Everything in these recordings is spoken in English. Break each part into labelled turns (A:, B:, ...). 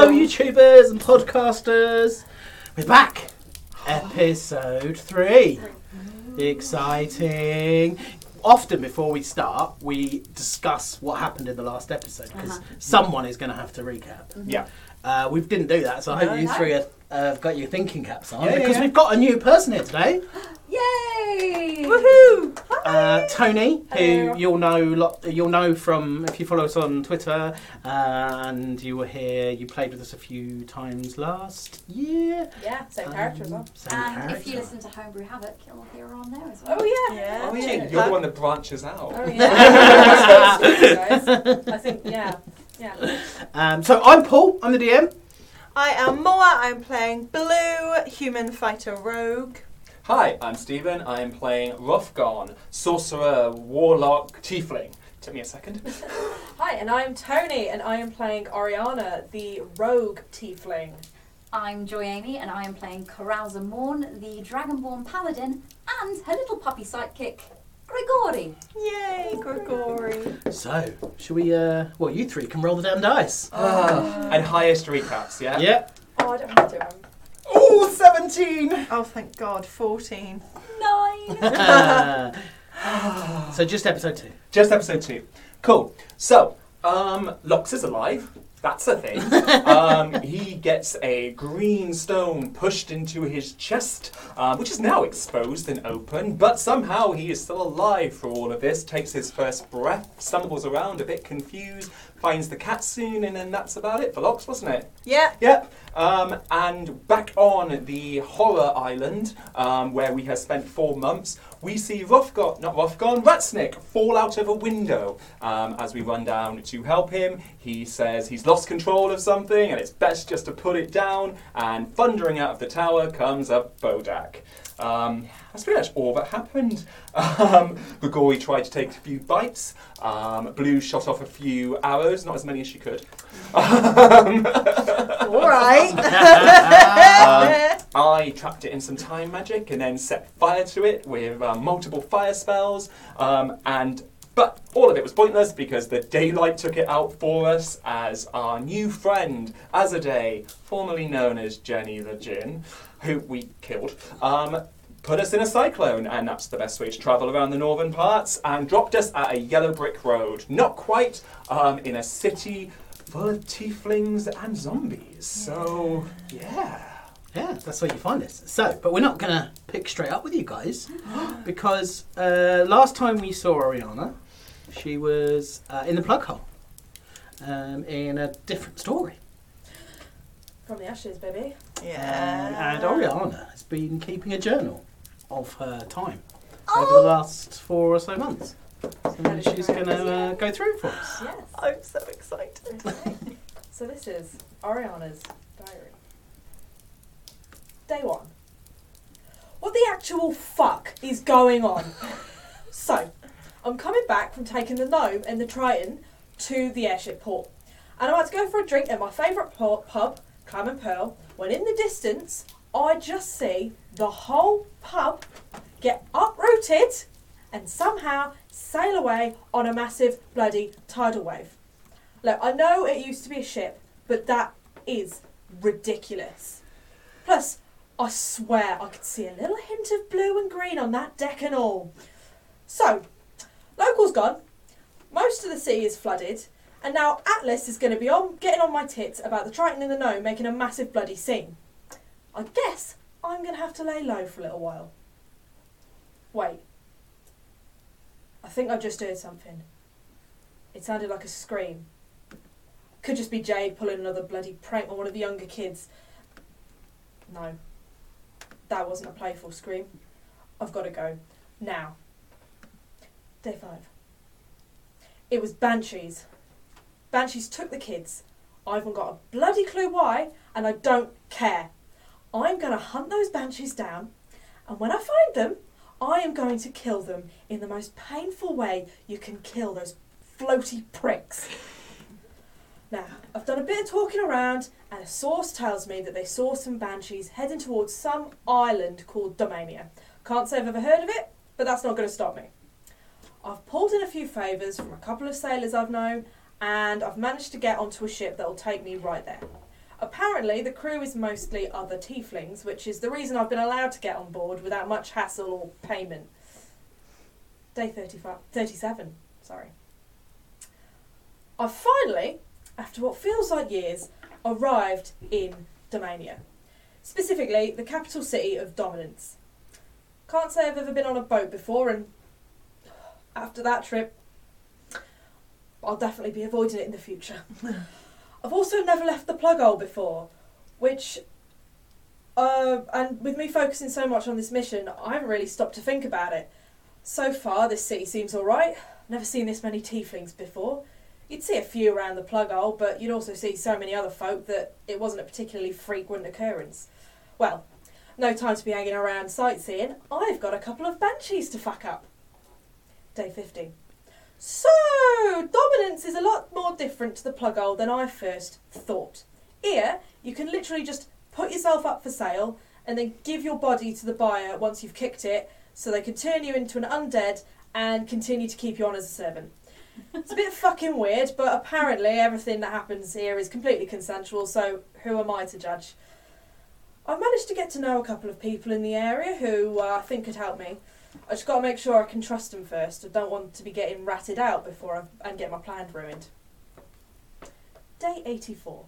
A: YouTubers and podcasters. We're back. Episode three. Exciting. Often before we start, we discuss what happened in the last episode because
B: Uh-huh.
A: someone is going to have to recap.
C: Yeah.
A: Uh, we didn't do that, so I hope you
B: Mm-hmm. no.
A: three have uh, got your thinking caps on
C: Yeah, yeah,
A: because
C: yeah.
A: we've got a new person here today.
B: Yay!
A: Woohoo! Uh, Tony, who
B: Hello.
A: you'll know, lot, you'll know from if you follow us on Twitter, uh, and you were here. You played with us a few times last year.
B: Yeah, same
A: Um,
B: character as well.
A: same
D: And if you
A: character.
D: listen to Homebrew Havoc, you'll hear her on there as well.
B: Oh yeah.
E: Yeah.
B: Oh,
E: Oh, yeah.
B: yeah.
C: You're the one that branches out.
B: Oh, yeah. That's so sweet, guys. I think yeah, yeah.
A: Um, so I'm Paul. I'm the DM.
E: I am Moa, I'm playing Blue, human fighter rogue.
C: Hi, I'm Stephen. I'm playing Rothgarn, sorcerer, warlock, tiefling. Took me a second.
B: Hi, and I am Tony, and I am playing Ariana, the rogue tiefling.
D: I'm Joy Amy, and I am playing Carousa Morn, the Dragonborn Paladin, and her little puppy sidekick, Grigori.
E: Yay, Grigori.
A: So should we? Uh, well, you three can roll the damn dice.
D: Oh.
C: and highest recaps, yeah?
A: Yeah.
B: Oh, I don't want to do him.
C: Ooh, 17!
E: Oh, thank God, 14.
D: Nine!
A: so just episode two.
C: Just episode two. Cool. So, um, Lox is alive. That's a thing. um, he gets a green stone pushed into his chest, um, which is now exposed and open, but somehow he is still alive for all of this. Takes his first breath, stumbles around a bit confused, finds the cat soon, and then that's about it for Lox, wasn't it?
E: Yeah,
C: Yep. Um, and back on the horror island um, where we have spent four months, we see Rothgon, not Rothgon, Ratsnick fall out of a window. Um, as we run down to help him, he says he's lost control of something and it's best just to put it down. And thundering out of the tower comes a Bodak. Um, that's pretty much all that happened. Um, Grigori tried to take a few bites. Um, Blue shot off a few arrows, not as many as she could.
E: alright.
C: I trapped it in some time magic and then set fire to it with uh, multiple fire spells. Um, and but all of it was pointless because the daylight took it out for us as our new friend Azaday, formerly known as Jenny the Jin, who we killed. Um, Put us in a cyclone, and that's the best way to travel around the northern parts. And dropped us at a yellow brick road, not quite, um, in a city full of tieflings and zombies. So, yeah.
A: Yeah, that's where you find us. So, but we're not gonna pick straight up with you guys because uh, last time we saw Ariana, she was uh, in the plug hole um, in a different story.
B: From the ashes, baby.
A: Um,
E: Yeah.
A: and Ariana has been keeping a journal of her time over the
E: Oh,
A: last four or so months. So
B: That is
A: she's
B: correct.
A: gonna uh, go through it for us.
B: Yes.
E: I'm so excited.
B: So this is Ariana's diary. Day one. What the actual fuck is going on? so, I'm coming back from taking the gnome and the Triton to the airship port. And I had to go for a drink at my favourite pu- pub, Clam and Pearl, when in the distance, I just see the whole pub get uprooted and somehow sail away on a massive bloody tidal wave. Look, I know it used to be a ship, but that is ridiculous. Plus, I swear I could see a little hint of blue and green on that deck and all. So, local's gone, most of the sea is flooded, and now Atlas is going to be on getting on my tits about the Triton and the Gnome making a massive bloody scene. I guess I'm going to have to lay low for a little while. Wait. I think I just heard something. It sounded like a scream. Could just be Jade pulling another bloody prank on one of the younger kids. No. That wasn't a playful scream. I've got to go. Now. Day five. It was Banshees. Banshees took the kids. I haven't got a bloody clue why, and I don't care. I'm going to hunt those Banshees down, and when I find them, I am going to kill them in the most painful way you can kill those floaty pricks. Now, I've done a bit of talking around, and a source tells me that they saw some banshees heading towards some island called Domania. Can't say I've ever heard of it, but that's not going to stop me. I've pulled in a few favours from a couple of sailors I've known, and I've managed to get onto a ship that'll take me right there. Apparently, the crew is mostly other tieflings, which is the reason I've been allowed to get on board without much hassle or payment. Day 35, 37, sorry. I finally, after what feels like years, arrived in Domania. Specifically, the capital city of Dominance. Can't say I've ever been on a boat before, and after that trip, I'll definitely be avoiding it in the future. I've also never left the plug hole before, which, uh, and with me focusing so much on this mission, I haven't really stopped to think about it. So far, this city seems alright. Never seen this many tieflings before. You'd see a few around the plug hole, but you'd also see so many other folk that it wasn't a particularly frequent occurrence. Well, no time to be hanging around sightseeing. I've got a couple of banshees to fuck up. Day 15. So, dominance is a lot more different to the plug hole than I first thought. Here, you can literally just put yourself up for sale and then give your body to the buyer once you've kicked it so they can turn you into an undead and continue to keep you on as a servant. It's a bit fucking weird, but apparently everything that happens here is completely consensual, so who am I to judge? I've managed to get to know a couple of people in the area who uh, I think could help me. I just got to make sure I can trust them first. I don't want to be getting ratted out before I and get my plan ruined. Day 84.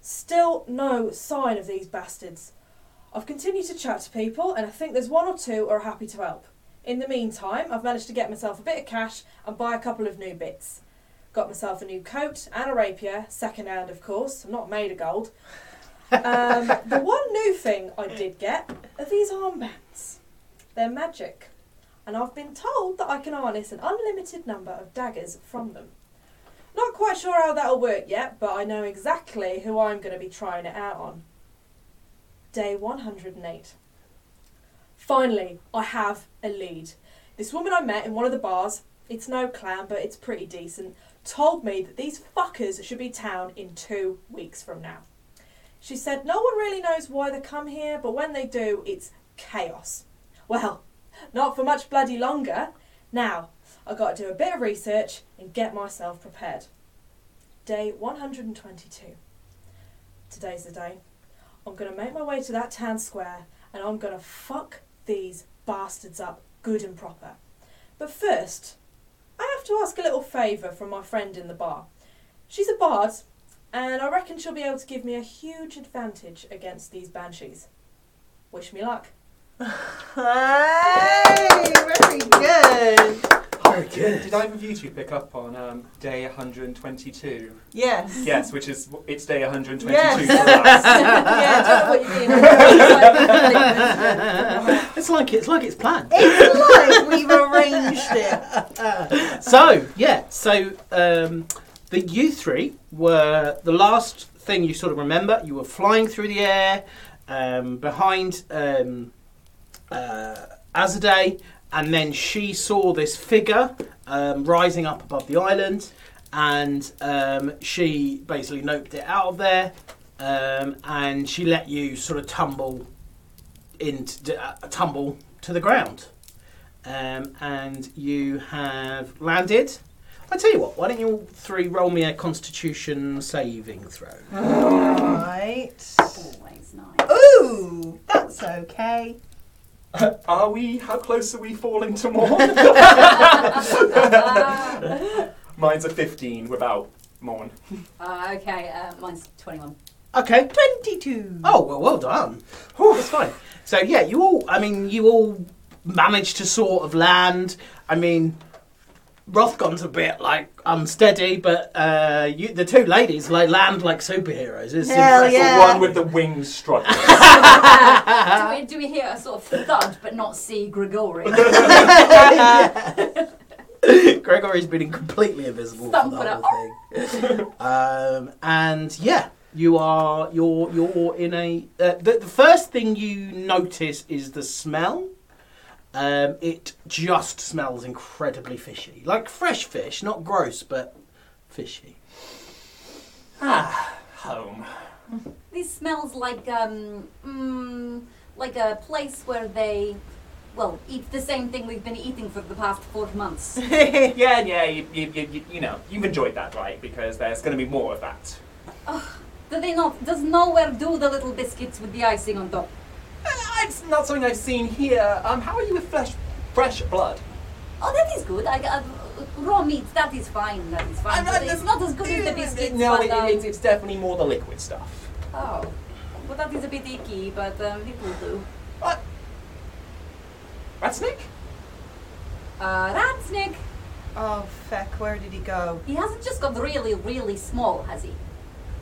B: Still no sign of these bastards. I've continued to chat to people, and I think there's one or two who are happy to help. In the meantime, I've managed to get myself a bit of cash and buy a couple of new bits. Got myself a new coat and a rapier, second hand, of course. I'm not made of gold. Um, the one new thing I did get are these armbands. They're magic, and I've been told that I can harness an unlimited number of daggers from them. Not quite sure how that'll work yet, but I know exactly who I'm going to be trying it out on. Day 108. Finally, I have a lead. This woman I met in one of the bars, it's no clan, but it's pretty decent, told me that these fuckers should be town in two weeks from now. She said no one really knows why they come here, but when they do, it's chaos. Well, not for much bloody longer. Now, i got to do a bit of research and get myself prepared. Day 122. Today's the day. I'm going to make my way to that town square and I'm going to fuck these bastards up good and proper. But first, I have to ask a little favour from my friend in the bar. She's a bard, and I reckon she'll be able to give me a huge advantage against these banshees. Wish me luck.
E: Hey, very good.
A: Very good.
C: Did either of you two pick up on um, day 122?
E: Yes.
C: yes, which is it's day 122
E: Yes.
C: for us.
B: yeah, I don't know what you mean. It's
A: It's like
B: like-
A: it's like it's planned.
E: It's like we've arranged it.
A: So yeah, so um, the you three were the last thing you sort of remember. You were flying through the air um, behind um, uh, Azadeh, and then she saw this figure um, rising up above the island, and um, she basically noped it out of there, um, and she let you sort of tumble into uh, tumble to the ground um, and you have landed. I tell you what, why don't you all three roll me a Constitution saving throw?
E: Right.
D: Always nice.
E: Ooh, that's okay.
C: Are we? How close are we falling to more? Mine's a 15 without Morn.
D: Uh, okay, uh, mine's 21.
A: Okay.
E: 22.
A: Oh well, well done. Whew, That's fine. So yeah, you all. I mean, you all managed to sort of land. I mean, Rothgon's a bit like unsteady, but uh, you, the two ladies like land like superheroes. It's impressive.
E: Hell Oh, yeah.
C: The one with the wings struggling.
D: do, we, do we hear a sort of thud but not see Grigori
A: Gregory's been completely invisible for
D: Thump it
A: the
D: up.
A: whole thing. um, and yeah, you are you're you're in a. Uh, the, the first thing you notice is the smell. Um, it just smells incredibly fishy, like fresh fish, not gross, but fishy.
C: ah, home.
D: This smells like um, mm, like a place where they, well, eat the same thing we've been eating for the past four months.
C: Yeah, yeah, you, you, you, you know, you've enjoyed that, right? Because there's going to be more of that.
D: Do they not? Does nowhere do the little biscuits with the icing on top?
C: Uh, It's not something I've seen here. Um, how are you with flesh, fresh blood?
D: Oh, that is good. I, I, raw meat, that is fine. That is fine.
C: I'm
D: But
C: not-
D: it's not as good as the biscuits.
C: No,
D: but,
C: it,
D: um,
C: it's, it's definitely more the liquid stuff.
D: Oh, well, that is a bit icky, but um, it will do.
C: What? Ratsnick?
D: Uh, Ratsnick,
E: Oh, feck, where did he go?
D: he hasn't just got really, really small, has he?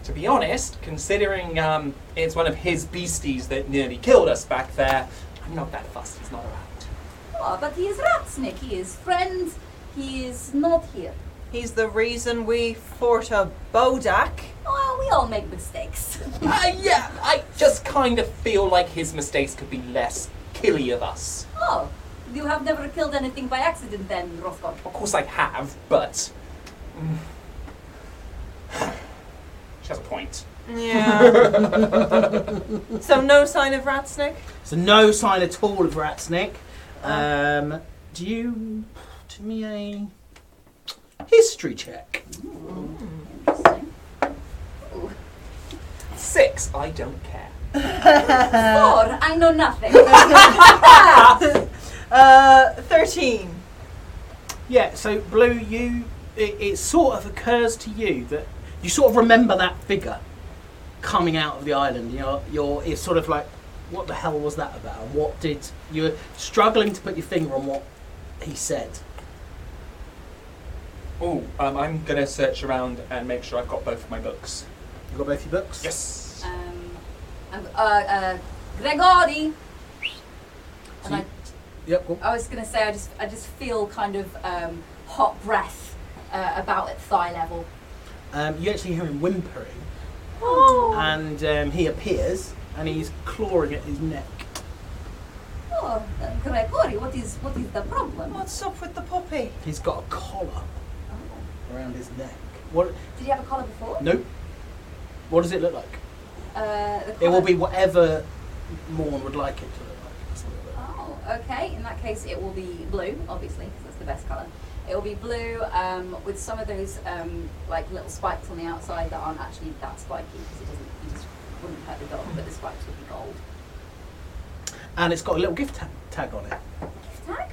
C: To be honest, considering um, it's one of his beasties that nearly killed us back there, I'm not that fussed he's not around.
D: Oh, but he is Ratsnick. He is friends. He is not here.
E: He's the reason we fought a Bodak.
D: Oh, we all make mistakes.
C: Uh, yeah, I just kind of feel like his mistakes could be less killy of us.
D: oh, you have never killed anything by accident then, Rothkopf.
C: Of course I have, but. mm, she has a point.
E: Yeah. so no sign of Ratsnick?
A: So no sign at all of Ratsnick. Um, do you do me a history check?
D: Interesting.
C: Six, I don't care.
D: Four, I know nothing.
E: Uh, 13.
A: Yeah. So Blue, you it, it sort of occurs to you that you sort of remember that figure coming out of the island. You're you're it's sort of like what the hell was that about? What did you're struggling to put your finger on what he said?
C: Oh, um, I'm gonna search around and make sure I've got both of my books.
A: You got both your books.
C: Yes.
D: um, I'm- uh, uh, Gregory. And I
A: Yep. Cool.
D: I was going to say, I just, I just feel kind of um, hot breath uh, about at thigh level.
A: Um, you actually hear him whimpering,
D: Oh.
A: and um, he appears and he's clawing at his neck.
D: oh, uh, Gregory, what is, what is the problem?
E: What's up with the puppy?
A: He's got a collar
D: Oh.
A: around his neck. What?
D: Did you have a collar before?
A: Nope. What does it look like?
D: Uh, the
A: It will
D: collar-
A: be whatever Morn would like it to look like. That's what it looks like.
D: Oh, okay. In that case, it will be blue, obviously, because that's the best color. It will be blue um, with some of those um, like little spikes on the outside that aren't actually that spiky because it doesn't, you just wouldn't hurt the dog, but the spikes would be gold.
A: And it's got a little gift ta- tag on it.
D: Tag?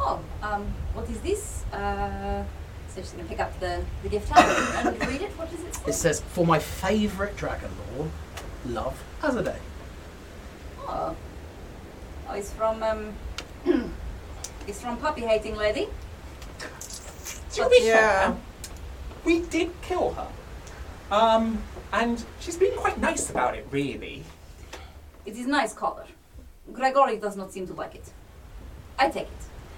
D: Oh, um, what is this? Uh, so she's going to pick up the, the gift tag and read it. What does it say?
A: It says, "For my favourite Dragon Lord, love as a day."
D: Oh. oh, it's from um, it's from puppy hating lady.
C: To be
E: Yeah.
C: fair, we did kill her. Um, and she's been quite nice about it, really.
D: It is nice color. Gregory does not seem to like it. I take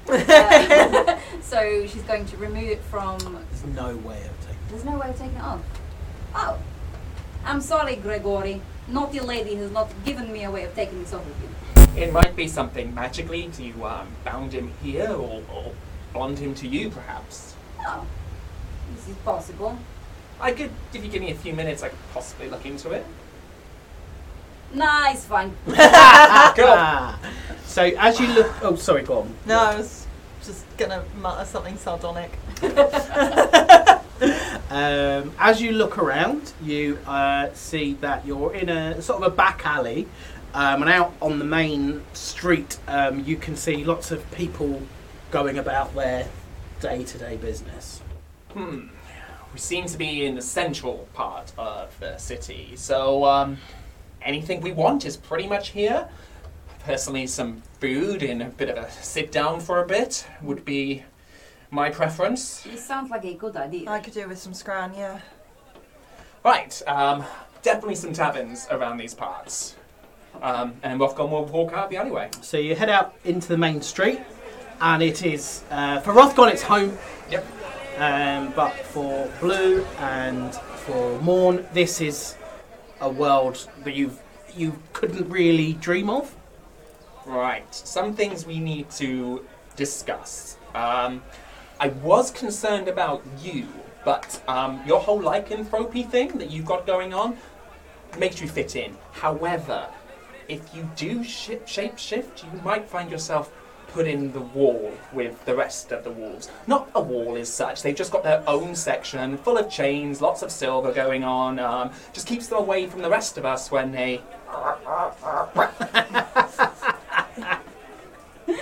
D: it. Uh, so she's going to remove it from.
A: There's no way of taking.
D: There's no way of taking it off. Oh, I'm sorry, Gregory. Naughty lady has not given me a way of taking this off of you.
C: It might be something magically to um, bound him here or, or bond him to you, perhaps.
D: Oh, this is possible.
C: I could, if you give me a few minutes, I could possibly look into it.
D: Nah, it's fine.
C: Go.
A: Ah. So as you look, oh sorry, go on.
E: No, I was just gonna mutter something sardonic.
A: Um, as you look around, you uh, see that you're in a sort of a back alley, um, and out on the main street, um, you can see lots of people going about their day-to-day business.
C: Hmm. We seem to be in the central part of the city, so um, anything we want is pretty much here. Personally, some food and a bit of a sit down for a bit would be my preference.
D: This sounds like a good idea.
E: I could do with some scran, yeah.
C: Right, um, definitely some taverns around these parts. Um, and Rothgon will walk out the alleyway.
A: So you head out into the main street, and it is uh, for Rothgon, it's home.
C: Yep.
A: Um, but for Blue and for Morn, this is a world that you've you couldn't really dream of.
C: Right, some things we need to discuss. Um, I was concerned about you, but um, your whole lycanthropy thing that you've got going on makes you fit in. However, if you do shi shape shift, you might find yourself put in the wall with the rest of the wolves. Not a wall as such, they've just got their own section full of chains, lots of silver going on. Um, just keeps them away from the rest of us when they.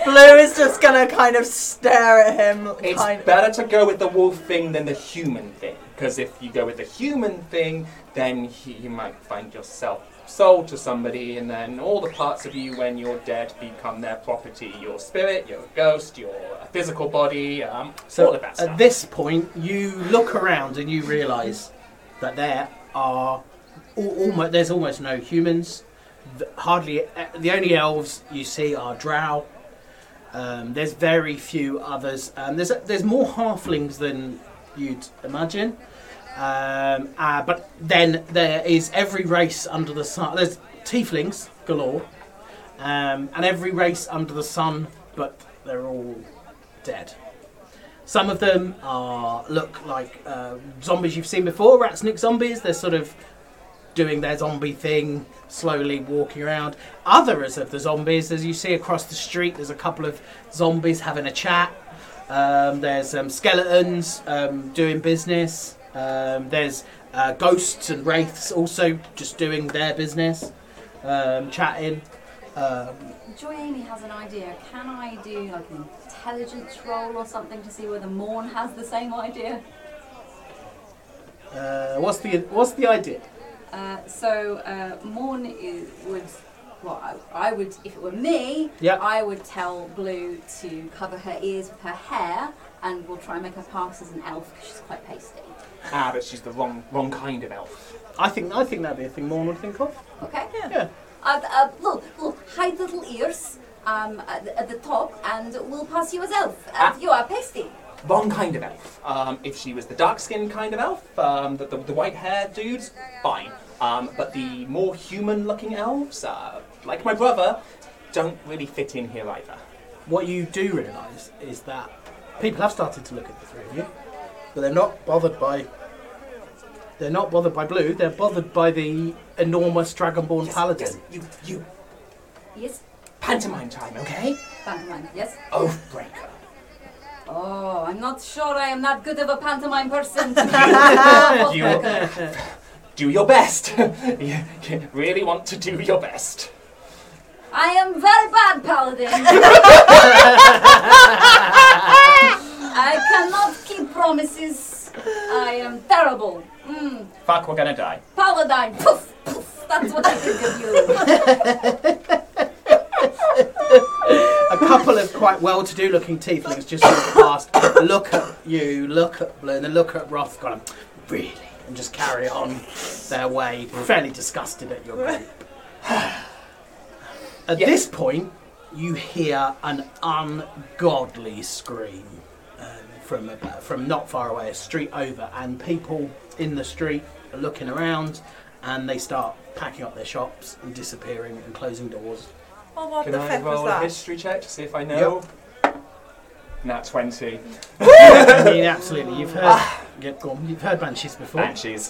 E: Blue is just gonna kind of stare at him.
C: It's
E: kind
C: better to go with the wolf thing than the human thing, because if you go with the human thing, then he, you might find yourself sold to somebody, and then all the parts of you, when you're dead, become their property your spirit, your ghost, your physical body, um, all
A: So
C: of that
A: at
C: stuff.
A: this point, you look around and you realise that there are almost there's almost no humans. Th- Hardly eh, the only elves you see are drow. Um, there's very few others. Um, there's there's more halflings than you'd imagine. Um, uh, but then there is every race under the sun. There's tieflings galore, um, and every race under the sun, but they're all dead. Some of them are look like uh, zombies you've seen before, Ratsnick zombies. They're sort of doing their zombie thing, slowly walking around. Others of the zombies, as you see across the street, there's a couple of zombies having a chat. Um, there's um, skeletons um, doing business. Um, there's uh, ghosts and wraiths also just doing their business, um, chatting. Um,
D: Joy Amy has an idea. Can I do like an intelligence roll or something to see whether Morn has the same idea?
A: uh, what's the what's the idea?
D: Uh, so uh, Morn is, would, well, I, I would, if it were me,
A: Yep.
D: I would tell Blue to cover her ears with her hair, and we'll try and make her pass as an elf because she's quite pasty.
C: Ah, but she's the wrong wrong kind of elf.
A: I think I think that'd be a thing Morn would think of.
D: Okay.
A: Yeah.
D: Uh, uh, little, little high little ears um, at, the, at the top, and we'll pass you as elf.
C: Ah.
D: And you are pasty.
C: Wrong kind of elf. Um, if she was the dark skinned kind of elf, um, the, the, the white haired dudes, fine. Um, but the more human looking elves, uh, like my brother, don't really fit in here either.
A: What you do realise is that people have started to look at the three of you, but they're not bothered by. They're not bothered by blue. They're bothered by the enormous dragonborn
C: Yes,
A: paladin.
C: yes, you, you,
D: Yes.
C: pantomime time, okay?
D: Pantomime. Yes.
C: Oathbreaker.
D: Oh, I'm not sure I am that good of a pantomime person.
C: You- Do your best. you, you really want to do your best.
D: I am very bad paladin. I cannot keep promises. I am terrible. Mm,
C: Fuck, we're gonna die.
D: paladin. Poof, poof. That's what I think of you.
A: A couple of quite well-to-do looking tieflings just sort of past, look at you, look at blue, and then look at Roth, going, really, and just carry on their way, fairly disgusted at your group. At
C: Yeah.
A: this point, you hear an ungodly scream um, from about, from not far away, a street over, and people in the street are looking around, and they start packing up their shops and disappearing and closing doors.
E: oh, what
C: Can
E: the
C: I
E: feck was
C: roll a
E: that?
C: history check to see if I know? Nat 20.
A: I mean, absolutely. You've heard, yeah, go on, you've heard banshees before.
C: Banshees.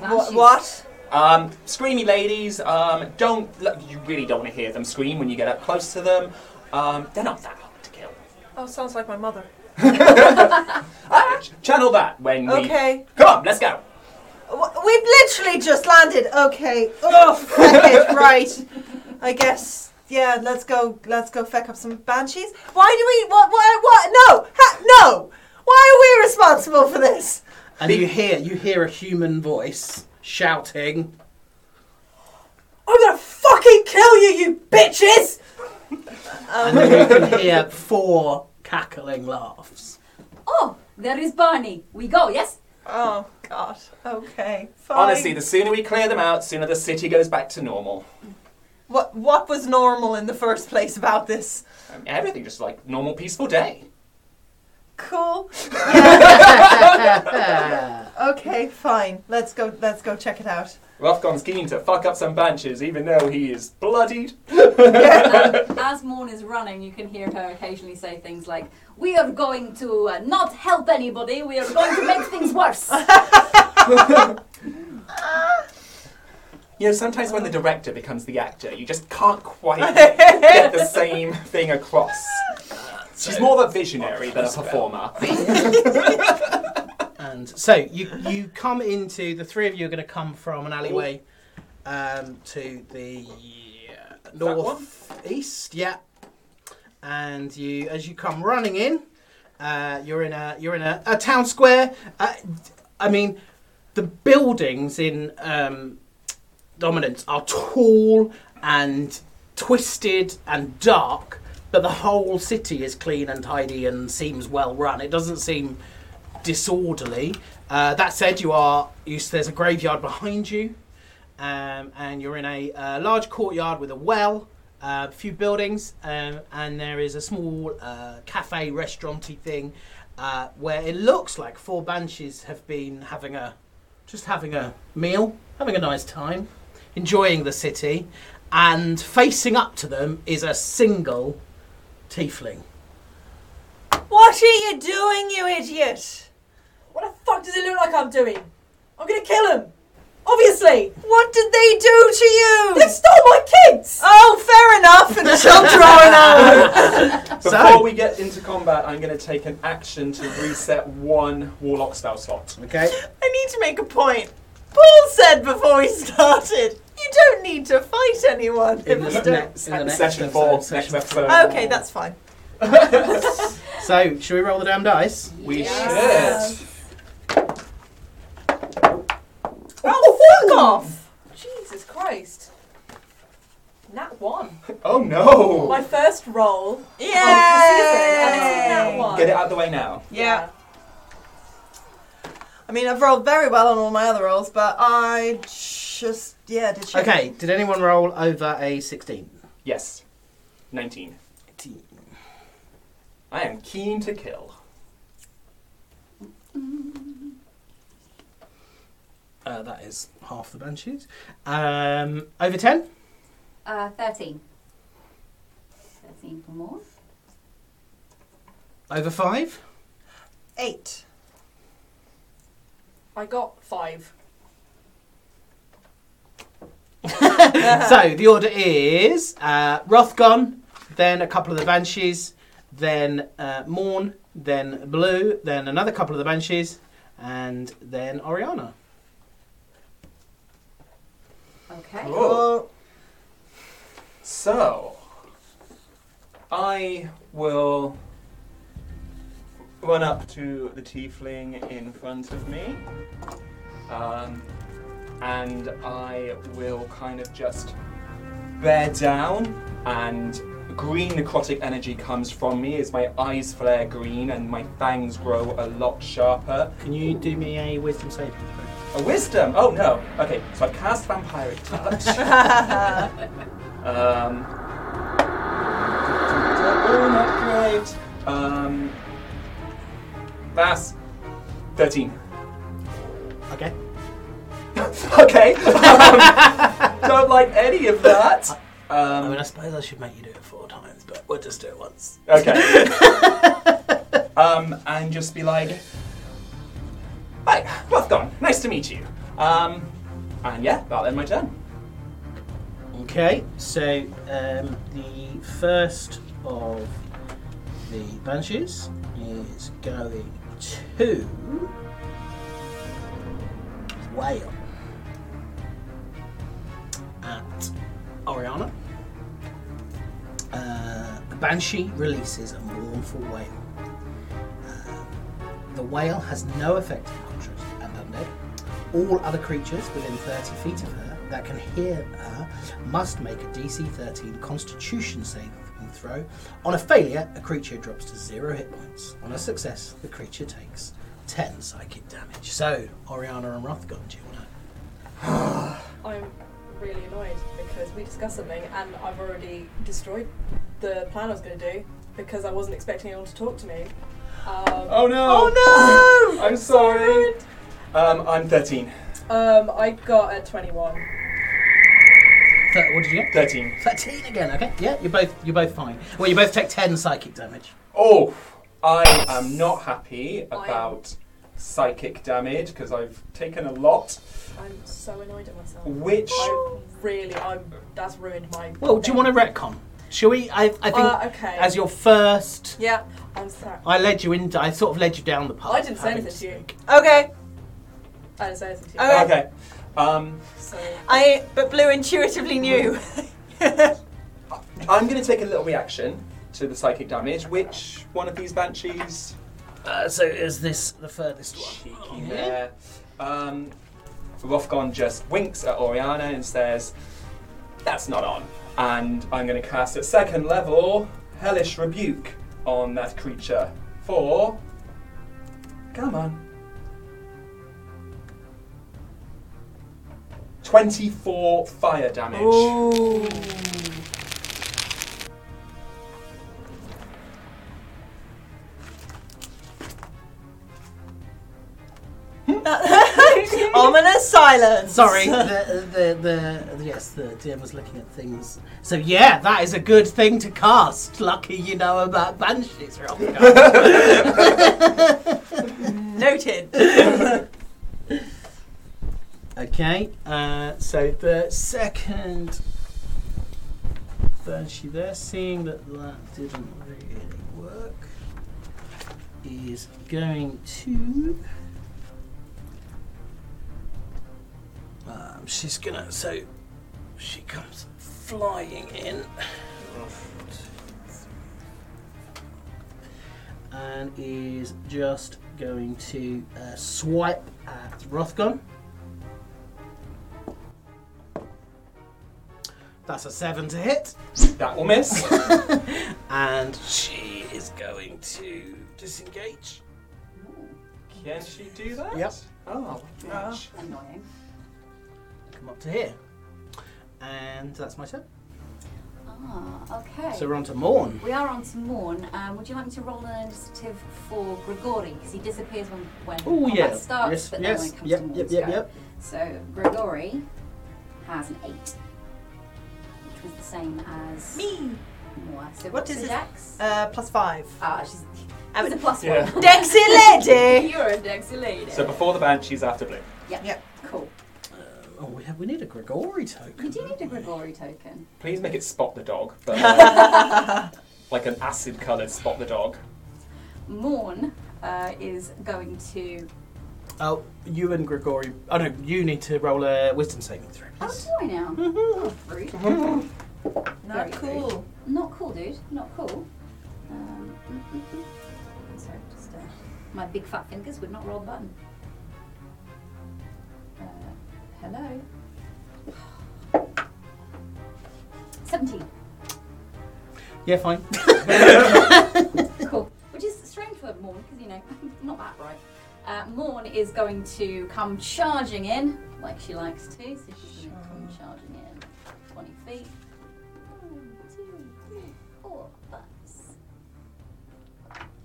E: What? what?
C: Um, screamy ladies, um, don't, look, you really don't want to hear them scream when you get up close to them. Um, they're not that hard to kill.
E: Oh, sounds like my mother.
C: Ah, ch- channel that when we...
E: Okay.
C: Come on, let's go.
E: W- We've literally just landed. Okay. Oh, feck it. Right. I guess. Yeah. Let's go. Let's go. Feck up some banshees. Why do we? What? What? What? No. Ha, no. Why are we responsible for this?
A: And you hear, you hear a human voice shouting.
E: I'm gonna fucking kill you, you bitches.
A: and then you can hear four cackling laughs.
D: Oh, there is Barney. We go. Yes.
E: Oh God. Okay. Fine.
C: Honestly, the sooner we clear them out, sooner the city goes back to normal.
E: what? What was normal in the first place about this?
C: Um, everything just like normal, peaceful day.
E: Cool. Okay. Fine. Let's go. Let's go check it out.
C: Rothgon's keen to fuck up some benches, even though he is bloodied.
D: And as Morn is running, you can hear her occasionally say things like, "We are going to uh, not help anybody. We are going to make things worse."
C: You know, sometimes when the director becomes the actor, you just can't quite get the same thing across. She's more of a visionary than a performer.
A: And so you you come into the three of you are going to come from an alleyway um, to the uh,
C: one?
A: northeast. Yeah, and you as you come running in, uh, you're in a you're in a, a town square. Uh, I mean, the buildings in um, Dominance are tall and twisted and dark, but the whole city is clean and tidy and seems well run. It doesn't seem disorderly. Uh, that said, you are you, there's a graveyard behind you, um, and you're in a uh, large courtyard with a well, uh, a few buildings, um, and there is a small uh, cafe restauranty thing uh, where it looks like four banshees have been having a just having a meal, having a nice time, enjoying the city, and facing up to them is a single tiefling.
E: What are you doing, you idiot?
B: What the fuck does it look like I'm doing? I'm gonna kill him! Obviously!
E: What did they do to you?
B: They stole my kids!
E: Oh, fair enough. And children are now.
C: Before
A: So-
C: we get into combat, I'm going to take an action to reset one warlock spell slot.
A: Okay.
E: I need to make a point. Paul said before we started, you don't need to fight anyone.
A: In
E: It was
A: the
E: done.
A: next- in the next
C: session
A: episode,
C: four, next
A: session Uh,
C: episode.
E: Okay, that's fine.
A: So, should we roll the damn dice?
C: We
B: Yes.
C: should.
E: Oh, fuck off!
B: Jesus Christ. Nat 1.
C: Oh no!
B: My first roll.
E: Yay!
B: That one.
C: Get it out of the way now.
E: Yeah. I mean, I've rolled very well on all my other rolls, but I just yeah did. shit.
A: Okay, did anyone roll over a 16?
C: Yes. 19. I am keen to kill.
A: Uh, that is half the banshees. Um, over 10?
D: Uh, 13. 13 for more.
A: Over 5?
E: Eight.
B: I got 5.
A: so, the order is uh, Rothgon, then a couple of the banshees, then uh, Morn, then Blue, then another couple of the banshees, and then Oriana.
D: Okay.
C: Oh. So, I will run up to the tiefling in front of me, um, and I will kind of just bear down, and green necrotic energy comes from me as my eyes flare green and my fangs grow a lot sharper.
A: Can you do me a wisdom saving? throw?
C: A wisdom? Oh no. Okay, so I've cast Vampiric Touch. um, oh, not great. Um, that's 13.
A: Okay.
C: okay. Um, don't like any of that.
A: I mean,
C: Um,
A: I suppose I should make you do it four times, but we'll just do it once.
C: okay. Um, and just be like, Hi, Rothgon, nice to meet you. Um, and yeah, that'll end my turn.
A: Okay, so um, the first of the banshees is going to wail at Oriana. Uh, the banshee releases a mournful wail. Um, the wail has no effect on conscious and undead. All other creatures within 30 feet of her that can hear her must make a DC 13 Constitution saving throw. On a failure, a creature drops to zero hit points. On a success, the creature takes 10 psychic damage. So, Oriana and Rothgon, do you want to?
B: I'm really annoyed because we discussed something and I've already destroyed the plan I was going to do because I wasn't expecting anyone to talk to me. Um,
C: Oh no!
E: Oh no!
C: I'm sorry. Um, I'm 13.
B: um, I got a 21.
A: Thir- what did you get?
C: 13.
A: 13 again, okay? Yeah, you're both you're both fine. Well, you both take 10 psychic damage.
C: Oh, I am not happy about psychic damage because I've taken a lot.
B: I'm so annoyed at myself.
C: Which
B: I really, I'm. That's ruined my.
A: Well, do you want to retcon? Shall we? I, I think
B: Uh, okay.
A: as your first,
E: Yeah.
B: I'm sorry.
A: I led you into. I sort of led you down the path.
B: I didn't say
A: having
B: anything to you.
A: speak.
E: Okay.
B: I didn't say anything to you.
E: Okay.
C: Oh, okay, um,
B: So,
E: I but Blue intuitively knew.
C: I'm going to take a little reaction to the psychic damage. Which one of these banshees?
A: Uh, so is this the furthest one?
C: Cheeky
A: Yeah.
C: there. Um, Rothgon just winks at Oriana and says, "That's not on." And I'm going to cast at second level Hellish Rebuke on that creature for. Come on. 24 fire damage.
E: Ooh. Ominous silence.
A: Uh, Sorry, the, the, the, yes, the DM was looking at things. So yeah, that is a good thing to cast. Lucky you know about banshees, Rothgar.
E: Noted.
A: okay, uh, so the second banshee there, seeing that that didn't really work, is going to. Um, she's gonna. So she comes flying in. and is just going to uh, swipe at Rothgon. That's a seven to hit,
C: That will miss.
A: and she is going to disengage.
C: Can she do that?
A: Yep.
C: Oh, gosh.
D: Annoying.
A: Come up to here, and that's my turn.
D: Ah, okay.
A: So we're on to Morn.
D: We are on to Morn. Um, would you like me to roll an initiative for Grigori? Because he disappears when, when
A: Oh
D: combat
A: yeah,
D: starts,
A: yes,
D: but then when
A: yes,
D: it comes
A: yep,
D: to
A: yep,
D: Morn's
A: yep,
D: go.
A: yep.
D: So Grigori has an 8, which was the same as
E: Me.
D: Moa. So
E: What
D: what's
E: is
D: the
E: it?
D: Dex?
E: Uh, plus five.
D: Ah, she's,
E: I
D: it's
E: would-
D: a plus
C: Yeah.
D: one.
E: Dexy lady.
D: You're a Dexy lady.
C: So before the banshees, after blue.
D: cool.
A: Oh, we have we need a Grigori token.
D: You do need a
A: don't we?
D: Grigori token.
C: Please make it spot the dog, but uh, like an acid-coloured spot the dog.
D: Morn uh, is going to.
A: Oh, you and Grigori. Oh no, you need to roll a Wisdom saving throw.
D: How
A: please.
D: do I now? Oh, rude.
E: Not cool.
D: Not cool, dude. Not cool. Um, mm, mm, mm. Sorry, just uh, my big fat fingers would not roll the button. Uh, hello. Seventeen.
A: Yeah, fine.
D: Cool. Which is strange for Morn because you know not that right. Uh, Morn is going to come charging in like she likes to, so she's going to come charging in twenty feet. One, two, three, four, five. s-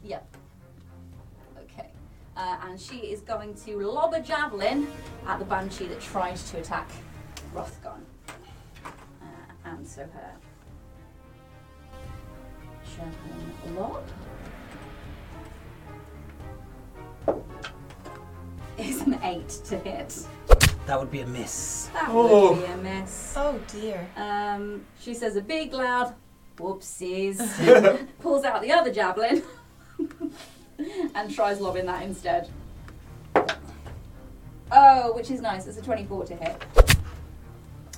D: Yep. Okay. Uh, and she is going to lob a javelin at the banshee that tried to attack Rothgon. Uh, and so her javelin lob is an eight to hit.
A: That would be a miss.
D: That
C: Oh.
D: would be a miss.
E: Oh dear.
D: Um, she says a big loud whoopsies, pulls out the other javelin, and tries lobbing that instead. Oh, which is nice. It's a 24 to hit.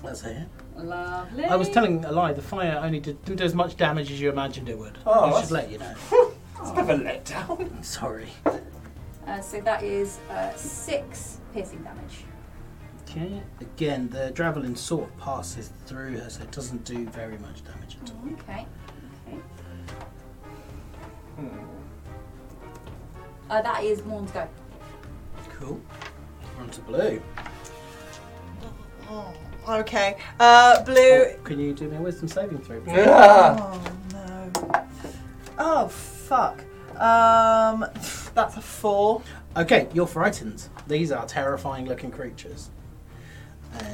A: That's it.
D: Lovely.
A: I was telling a lie. The fire only did, didn't do as much damage as you imagined it would.
C: Oh,
A: I
C: that's-
A: should let you know.
C: It's a bit of a letdown.
A: I'm sorry.
D: Uh, so that is uh, six piercing damage.
A: Okay. Again, the javelin sort of passes through her, so it doesn't do very much damage at all.
D: Okay. Okay. Uh, that is Morn's go.
A: Cool. On to blue.
E: Oh, okay. Uh, blue.
A: Oh, can you do me a wisdom saving throw? please?
C: Yeah.
E: Oh no. Oh fuck. Um, that's a four.
A: Okay, you're frightened. These are terrifying looking creatures. Um,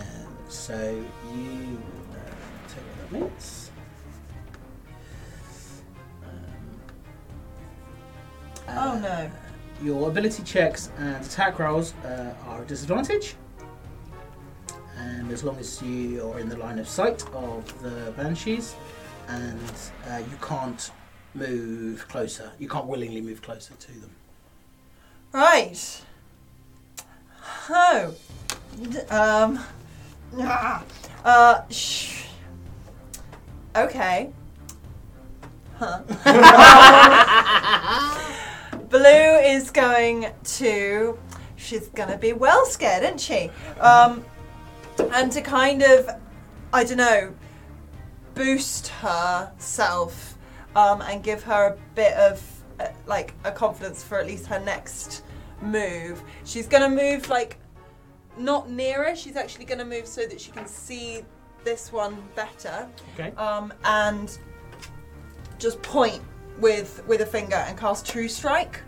A: so you uh, take what that means. Um,
E: Oh
A: uh,
E: no.
A: Your ability checks and attack rolls uh, are a disadvantage. And as long as you're in the line of sight of the banshees, and uh, you can't move closer, you can't willingly move closer to them.
E: Right. Oh. D- Um. ah, Uh. Sh- okay. Huh. Blue is going to. She's gonna be well scared, isn't she? Um. And to kind of, I don't know, boost herself um, and give her a bit of uh, like a confidence for at least her next move. She's going to move like not nearer. She's actually going to move so that she can see this one better.
A: Okay.
E: Um, and just point with with a finger and cast True Strike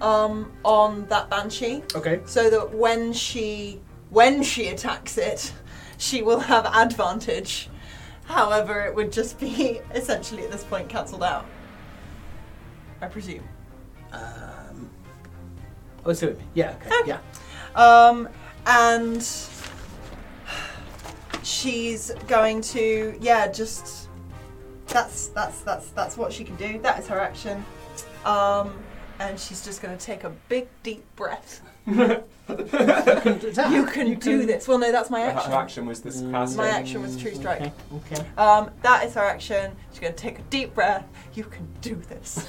E: um, on that banshee
A: Okay.
E: so that when she when she attacks it, she will have advantage. However, it would just be essentially at this point cancelled out. I presume.
A: Um, oh, see what you mean. Yeah. Okay. Yeah.
E: Um, and she's going to yeah, just that's that's that's that's what she can do. That is her action. Um, and she's just going to take a big deep breath. You can do this. Well, no, that's my
C: Her
E: action.
C: action was this past
E: My
C: day.
E: action was true strike.
A: Okay. Okay.
E: Um, that is her action. She's going to take a deep breath. You can do this.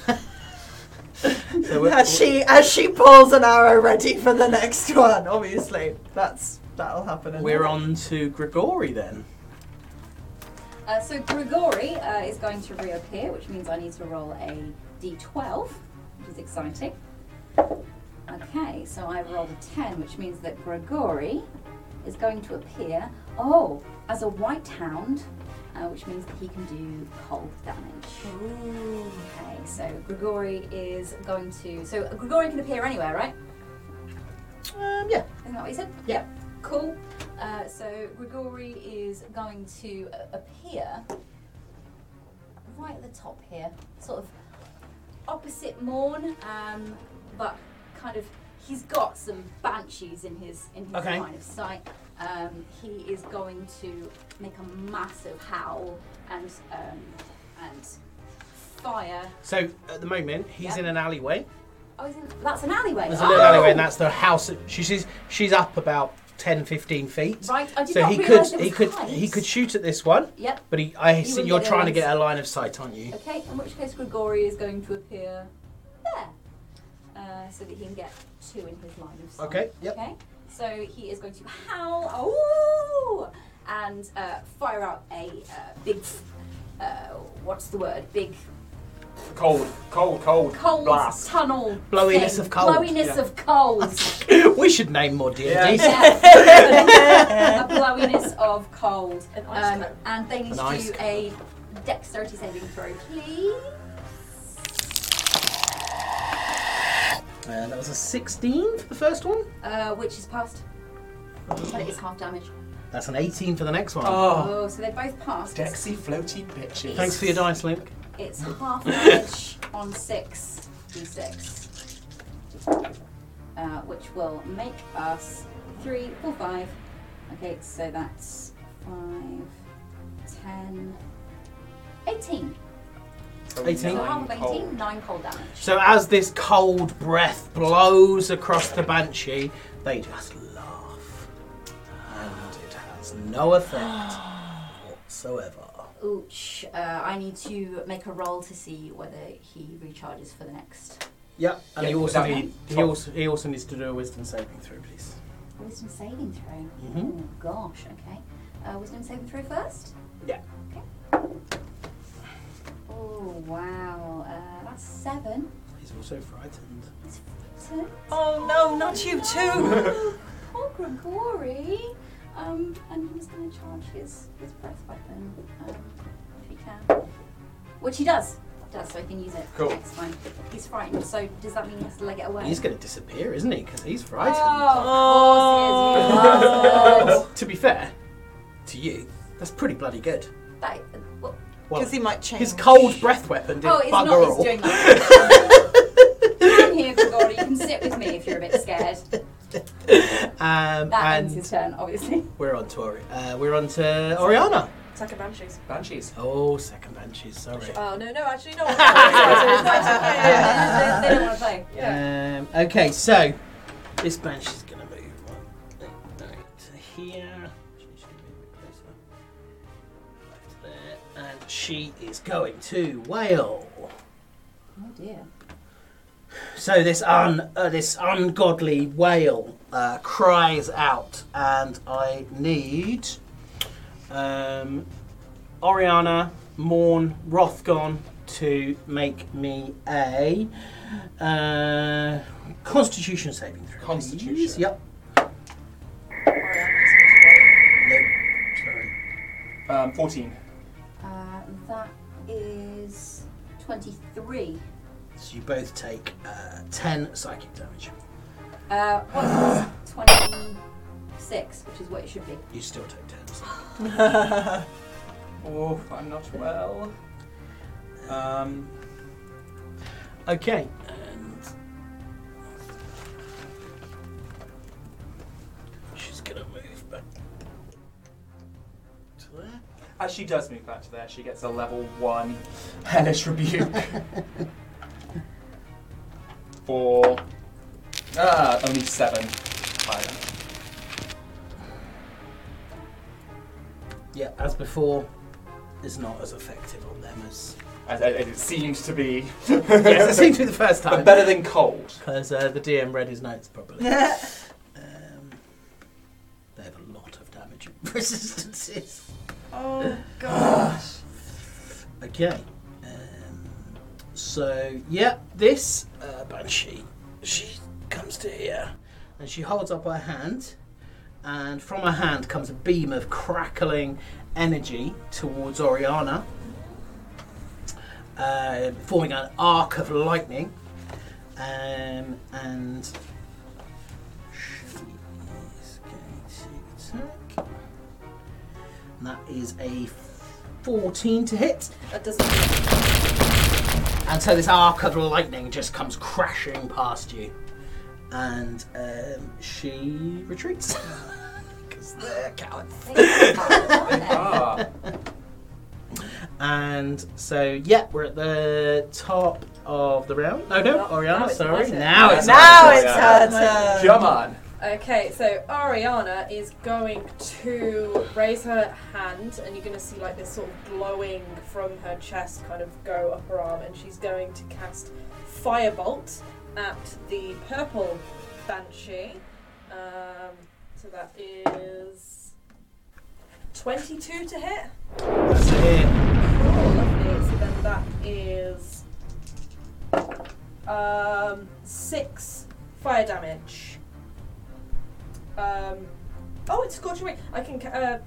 A: So we're-
E: as she as she pulls an arrow ready for the next one. Obviously, that's that'll happen. in-
A: We're on to Grigori then.
D: Uh, so Grigori uh, is going to reappear, which means I need to roll a d12, which is exciting. Okay, so I rolled a 10, which means that Grigori is going to appear, oh, as a white hound, uh, which means that he can do cold damage.
E: Ooh.
D: Okay, so Grigori is going to. So Grigori can appear anywhere, right?
E: Um, yeah.
D: Isn't that what you said?
A: Yeah.
D: Cool. Uh, so Grigori is going to uh, appear right at the top here, sort of opposite Morn, um, but kind of he's got some banshees in his in his
A: Okay.
D: line of sight. Um, he is going to make a massive howl and um, and fire.
A: So at the moment he's
D: Yeah.
A: in an alleyway.
D: Oh, isn't, that's an alleyway.
A: There's a
D: oh!
A: little alleyway, and that's the house. that- She, she's she's up about 10, 15 feet.
D: Right, I did
A: So
D: not
A: he could
D: realise it
A: he
D: was
A: could
D: heights.
A: he could shoot at this one,
D: Yep.
A: but he I see
D: wouldn't
A: you're
D: get a
A: trying to
D: line of
A: get a line of sight, aren't you?
D: Okay, in which case Grigori is going to appear there, uh, so that he can get two in his line of sight.
A: Okay, yep.
D: Okay. So he is going to howl, oh, and uh, fire out a uh, big, uh, what's the word? Big
C: Cold, cold, cold.
D: cold
C: Blast.
D: tunnel.
A: Blowiness
D: thing.
A: of cold.
D: Blowiness
C: Yeah.
D: of cold.
A: we should name more D&D.
C: Yeah.
D: Yes. a blowiness of cold.
B: An ice
D: Um,
B: cone.
D: and they need
A: An
D: to
A: ice
D: do
A: cone.
D: a dexterity saving throw, please.
A: Uh, that was a 16 for the first one.
D: Uh, which is passed, but it is half damage.
A: That's an 18 for the next one.
C: Oh.
D: Oh, so they both passed. It's,
C: Dexy floaty bitches.
A: Thanks for your dice, Link.
D: it's half damage on six d6, uh, which will make us three, four, five. Okay, so that's five, ten, eighteen. So half of
C: Cold.
D: eighteen, nine cold damage.
A: So as this cold breath blows across the banshee, they just laugh, and it has no effect whatsoever.
D: Ooch. Uh, I need to make a roll to see whether he recharges for the next
A: Yep, and
C: Yeah,
A: he also
C: that-
A: need, he also he also needs to do a wisdom saving throw, please.
D: wisdom saving throw.
A: Mhm.
D: Oh gosh. Okay. Uh, wisdom saving throw first.
A: Yeah.
D: Oh wow, uh, that's seven.
A: He's also frightened.
D: It's two.
E: Oh no, not you too.
D: Poor Grigori. Um, and he's going to charge his his breath weapon um, if he can, which he does. Does so he can use it
C: Cool.
D: next time. He's frightened. So does that mean he has to leg it away?
A: He's going to disappear, isn't he? Because he's
D: Oh,
A: frightened.
D: of course he is, you bastard.
A: to be fair, to you, that's pretty bloody good.
D: That, well,
A: Well,
E: Because he might change.
A: his cold breath weapon did
D: oh, it's
A: bugger
D: not.
A: all.
D: It's doing that. Come here, Grigori. You can sit scared.
A: Um,
D: That ends his
A: and
D: turn, obviously.
A: we're on to Ori- uh, we're on to Oriana.
B: Second banshees.
C: Banshees.
A: Oh, second banshees. Sorry.
B: Oh no, no, actually no. Sorry, sorry, sorry, sorry, yeah.
D: Yeah, they, they don't want to play.
B: Yeah.
A: Um, okay, so this banshee's gonna move one to here. She's gonna move a bit closer. Left there, and she is going to wail.
D: Oh dear.
A: So this un uh, this ungodly wail uh, cries out, and I need um, Oriana, Morn, Rothgon to make me a uh, Constitution saving throw. please.
C: Constitution.
A: Yep. No. Sorry.
C: Um, 14.
D: Uh, that is 23.
A: So you both take uh, ten psychic damage.
D: Uh, what is 26, which is what it should be.
A: You still take ten. So.
C: Oh, I'm not well. Um,
A: Okay. And she's gonna move back to there.
C: as she does move back to there, she gets a level one hellish rebuke for ah only seven. fire.
A: Yeah, as before, it's not as effective on them as
C: As, as it seems to be.
A: yes, it seemed to be the first time.
C: but better than cold.
A: because uh, the DM read his notes properly. um, they have a lot of damage resistances.
E: oh gosh.
A: Okay. Um, so, yeah, this uh, banshee, she comes to here and she holds up her hand, and from her hand comes a beam of crackling energy towards Oriana, uh, forming an arc of lightning. Um, and she is going to attack. And that is a 14 to hit.
B: That doesn't.
A: And so this arc of lightning just comes crashing past you. And um, she retreats. Because they're cowards.
C: Ah,
A: And so, yeah, we're at the top of the round. Oh, No, no,
B: No, now
A: Oriana,
B: it's
A: sorry.
B: my turn.
A: Now it's
E: Now
C: Yeah.
E: it's her turn.
C: come on.
B: Okay, so Ariana is going to raise her hand, and you're going to see like this sort of glowing from her chest kind of go up her arm, and she's going to cast Firebolt at the purple banshee. Um, so that is 22 to hit.
A: That's it.
B: Oh, lovely. So then that is um, six fire damage. Um, oh, it's scorching ray. I can. ca- Uh,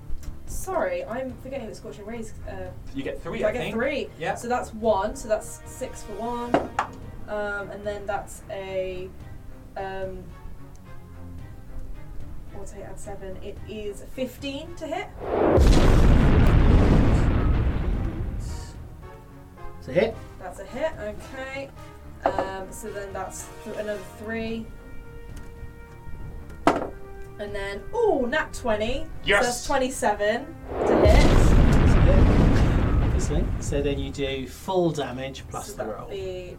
B: sorry, I'm forgetting that scorching rays. Uh,
C: You get three,
B: so
C: I,
B: I get
C: think.
B: three.
C: Yeah.
B: So that's one. So that's six for one. Um, and then that's a. Um, what's eight and seven? It is fifteen to hit.
A: That's a hit.
B: That's a hit, okay. Um, so then that's th- another three. And then, ooh, nat 20.
C: Yes.
B: So that's 27 to hit.
A: That's a hit. Obviously. So then you do full damage plus
B: so
A: the
B: that'd
A: roll.
B: be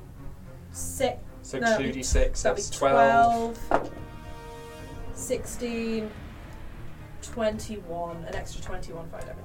B: six.
C: So
B: No,
C: two d six.
B: That'd
C: That's
B: be
C: twelve.
B: 12. 16. 21. An extra 21 fire damage.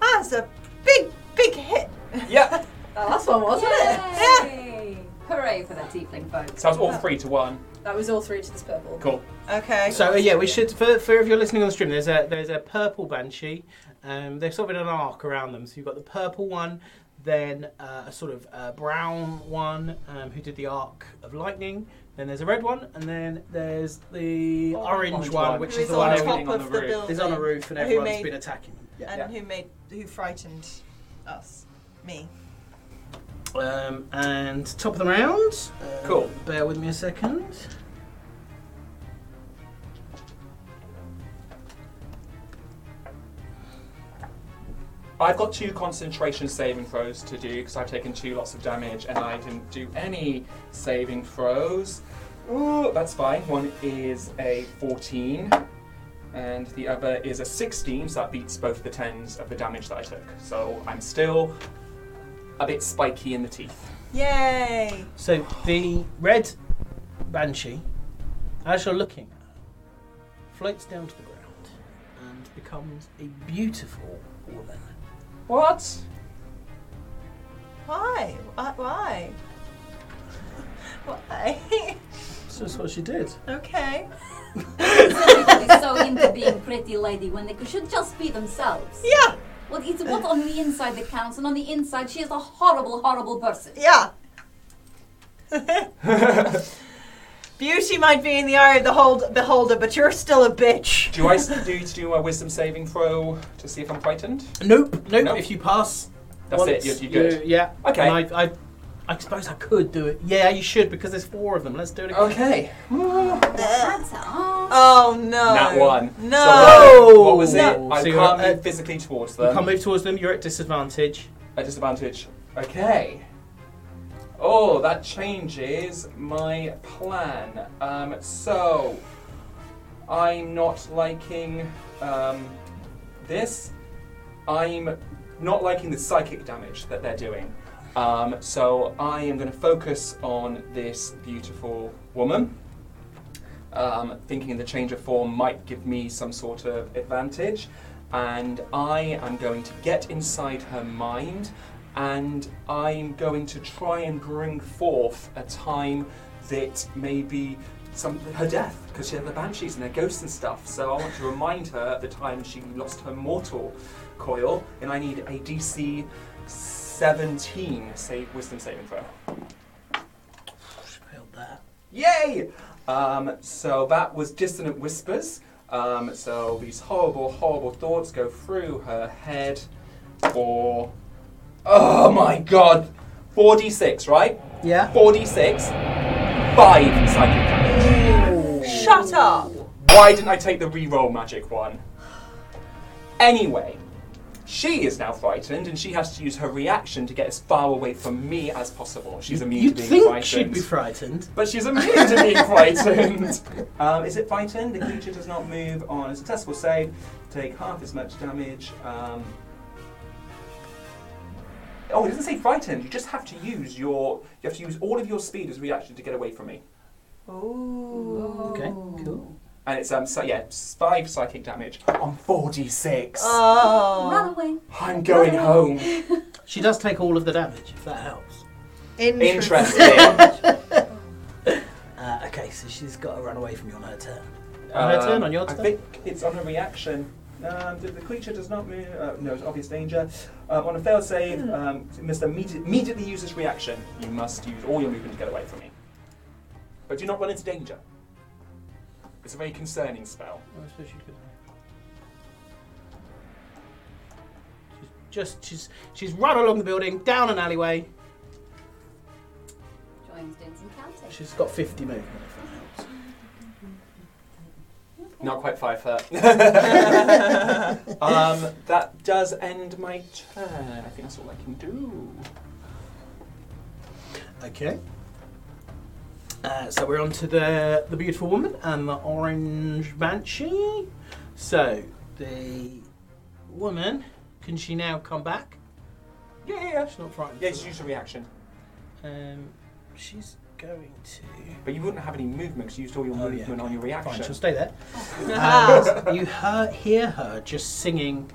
E: That's Ah, a big, big hit.
C: Yeah.
E: Oh,
B: That last one, wasn't it?
D: Yay! Hooray for the tiefling folks.
C: So it's all three to one.
B: That was all three to this purple.
C: Cool.
E: Okay.
A: So uh, yeah, we should for, for if you're listening on the stream, there's a there's a purple banshee. Um, they're sort of in an arc around them. So you've got the purple one, then uh, a sort of uh, brown one um, who did the arc of lightning. Then there's a red one, and then there's the orange,
C: Orange
A: one,
C: one.
A: which
E: Oh, Who
A: is
E: is
A: the
E: on
A: one
E: top
A: who
C: everything on
E: of
C: the
E: the,
C: roof.
E: building?
A: is on a roof, and
E: Who
A: everyone's
E: made-
A: been attacking. them. Yeah.
E: And
C: Yeah.
E: who made, who frightened us? Me.
A: Um, and top of the round. Um,
C: Cool.
A: Bear with me a second.
C: I've got two concentration saving throws to do because I've taken two lots of damage and I didn't do any saving throws. Ooh, that's fine. One is a 14 and the other is a 16, so that beats both the 10s of the damage that I took. So I'm still a bit spiky in the teeth.
E: Yay!
A: So the red banshee, as you're looking at her, floats down to the ground and becomes a beautiful woman.
C: What?
E: Why? Why? Why? Why?
A: So that's what she did.
E: okay.
D: Everybody's so into being pretty lady when they should just be themselves.
E: Yeah.
D: Well, it's what on the inside that counts, and on the inside, she is a horrible, horrible person.
E: Yeah. Beauty might be in the eye of the hold- beholder, but you're still a bitch.
C: Do I s- do to do a wisdom saving throw to see if I'm frightened?
A: Nope, nope.
C: Nope.
A: If you pass,
C: That's
A: once,
C: it, you're, you're good.
A: you- yeah.
C: Okay.
A: And I, I, I suppose I could do it. Yeah, you should because there's four of them. Let's do it again.
C: Okay.
D: That's all.
E: Oh no.
C: That one. So
E: No.
C: what- what was it?
A: No.
C: I
A: So you're
C: can't
A: at-
C: move physically towards
A: You can't
C: them.
A: move towards them. You're at disadvantage.
C: At disadvantage. Okay. Oh, that changes my plan. Um, so I'm not liking um, this. I'm not liking the psychic damage that they're doing. Um, so I am going to focus on this beautiful woman. um, thinking the change of form might give me some sort of advantage. And I am going to get inside her mind and I'm going to try and bring forth a time that maybe some her death, because she had the banshees and her ghosts and stuff. So I want to remind her at the time she lost her mortal coil, and I need a DC 17 save wisdom saving throw.
A: She failed that.
C: Yay! Um, so that was dissonant whispers. Um, so these horrible, horrible thoughts go through her head for. Oh my god! 46, right?
A: Yeah.
C: 46. 5 psychic damage.
E: Shut up.
C: Why didn't I take the reroll magic one? Anyway, she is now frightened and she has to use her reaction to get as far away from me as possible. She's immune
A: You'd
C: to being
A: think
C: frightened.
A: she'd be frightened.
C: But she's immune to being frightened. Um, is it frightened? The creature does not move on a successful save. Take half as much damage. Um, oh, it doesn't say frightened. You just have to use your. You have to use all of your speed as a reaction to get away from me.
E: Ooh.
A: Okay. Cool.
C: And it's um so yeah, it's five psychic damage on forty six.
D: Run
E: Oh.
D: away.
C: I'm going home.
A: She does take all of the damage if that helps.
C: Interesting.
A: Uh, okay, so she's got to run away from you on her turn.
C: Um,
A: her turn, on your turn?
C: I think it's on a reaction. Um, the, the creature does not move, uh, knows obvious danger. Um, on a failed save,
A: Hmm.
C: um, it must immedi- immediately use its reaction. You must use all your movement to get away from me. But do not run into danger. It's a very concerning spell.
A: I suppose she'd go She's just she's she's run along the building, down an alleyway.
D: Joanne's doing some counting.
A: She's got 50 movement. If that helps.
C: Not quite five foot. um, that does end my turn. I think that's all I can do.
A: Okay. Uh, so we're on to the the beautiful woman and the orange banshee. So the woman, can she now come back?
C: Yeah, yeah, yeah.
A: She's not frightened.
C: Yeah,
A: for
C: just use a reaction.
A: that. Um, she's going to.
C: But you wouldn't have any movement because you used all your
A: Oh, yeah,
C: movement on your reaction.
A: Fine, she'll stay there.
E: Ah.
A: And you hear, hear her just singing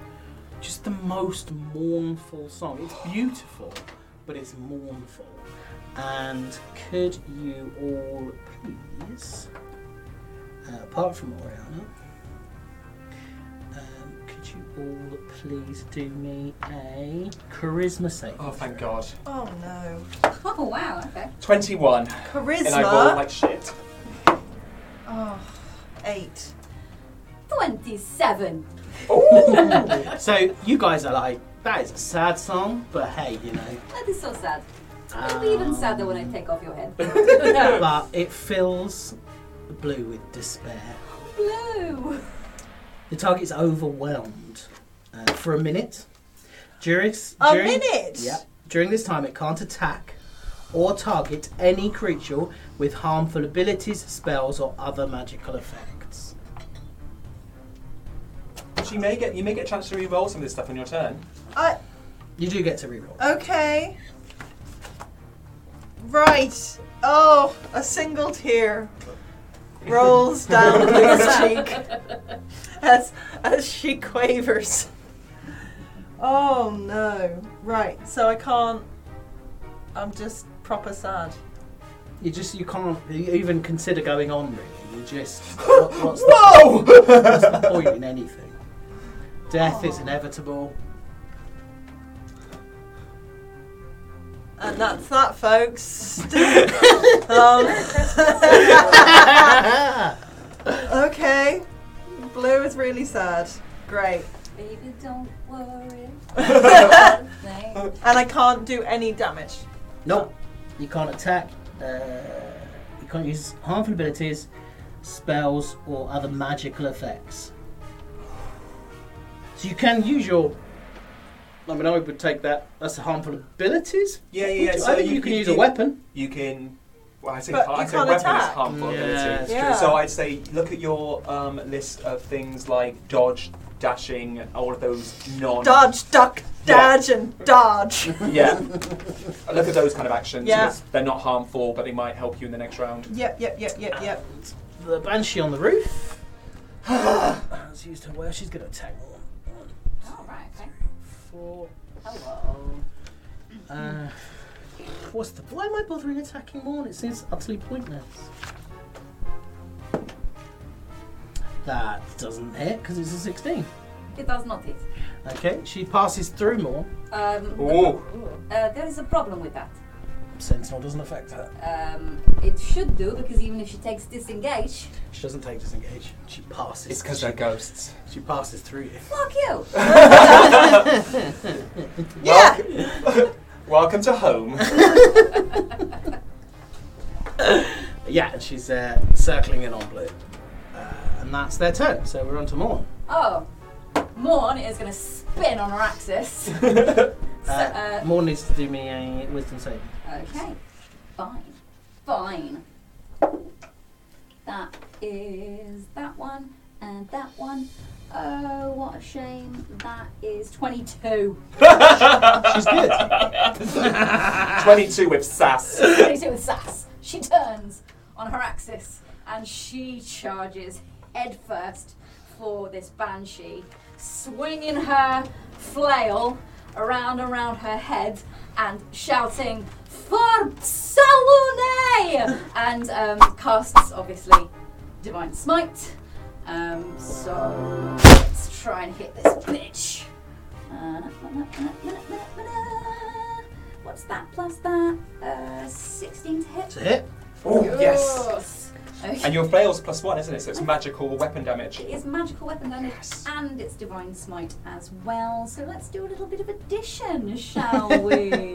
A: just the most mournful song. It's beautiful, but it's mournful. And could you all please, uh, apart from Oriana, um, could you all please do me a charisma save?
C: Oh, thank God.
E: Oh no.
D: Oh, wow, okay.
C: 21. And I roll
E: Charisma.
C: like shit.
E: Oh, eight.
D: 27.
C: Oh!
A: So you guys are like, that is a sad song, but hey, you know.
D: That is so sad. It'll be even
A: um,
D: sadder when I take off your head.
A: but it fills Blue with despair.
D: Blue.
A: The target's overwhelmed uh, for a minute, During,
E: A
A: during,
E: minute.
A: Yep. During this time, it can't attack or target any creature with harmful abilities, spells, or other magical effects.
C: She may get you may get a chance to re-roll some of this stuff on your turn.
E: I,
A: You do get to reroll.
E: okay. Right. Oh, a single tear rolls down Blue's cheek as as she quavers. Oh no. Right. So I can't. I'm just proper sad.
A: You just you can't even consider going on. Really, you just what, what's, the, what's the
C: Whoa!
A: point in anything? Death is inevitable.
E: And that's that, folks. um, okay. Blue is really sad. Great.
D: Baby, don't worry.
E: and
D: Thank-
E: I can't do any damage.
A: Nope. You can't attack. Uh, you can't use harmful abilities, spells, or other magical effects. So you can use your. I mean, I would take that. That's a harmful abilities.
C: yeah, yeah, yeah.
A: I
C: So
A: think you, can use a weapon.
C: You can. Well, I say,
E: But
C: I
E: you
C: say
E: can't
C: weapon is
E: attack.
C: harmful
A: Yeah,
C: ability.
A: that's
E: Yeah. true.
C: So I'd say look at your um, list of things like dodge, dashing, all of those non.
E: Dodge, duck,
C: Yeah.
E: dodge, and dodge.
C: Yeah. look at those kind of actions.
E: Yeah.
C: 'cause They're not harmful, but they might help you in the next round.
E: Yep, yep, yep, yep, yep.
A: The banshee on the roof. Has used her well. She's going to attack more.
D: Oh, right, okay.
A: Four.
D: Hello.
A: Uh, what's the? Why am I bothering attacking Morn? It seems utterly pointless. That doesn't hit because it's a sixteen.
D: It does not hit.
A: Okay, she passes through Morn.
D: Um,
C: Ooh.
D: uh, there is a problem with that.
A: Sentinel doesn't affect her.
D: Um, it should do because even if she takes disengage,
A: She doesn't take disengage. She passes.
C: It's because
A: she,
C: they're ghosts.
A: she passes through you.
D: fuck you.
E: Yeah.
C: Welcome to home.
A: Yeah, and she's uh, circling in on blue. Uh, and that's their turn. So we're on to Morn.
D: Oh, Morn is gonna spin on her axis.
A: Uh,
D: uh,
A: Morn needs to do me a wisdom save.
D: Okay, fine, fine. That is that one and that one. Oh, what a shame. That is 22.
A: She's good.
C: 22 with sass.
D: 22 with sass. She turns on her axis and she charges headfirst for this banshee, swinging her flail around around her head and shouting for Salune! and um, casts obviously divine smite. Um, so let's try and hit this bitch. Uh, What's that plus that? Uh, 16 to hit.
A: to hit.
C: Oh, yes.
D: Okay.
C: And your flail's plus one, isn't it? So it's magical weapon damage.
D: It is magical weapon damage and it's divine smite as well. So let's do a little bit of addition, shall we?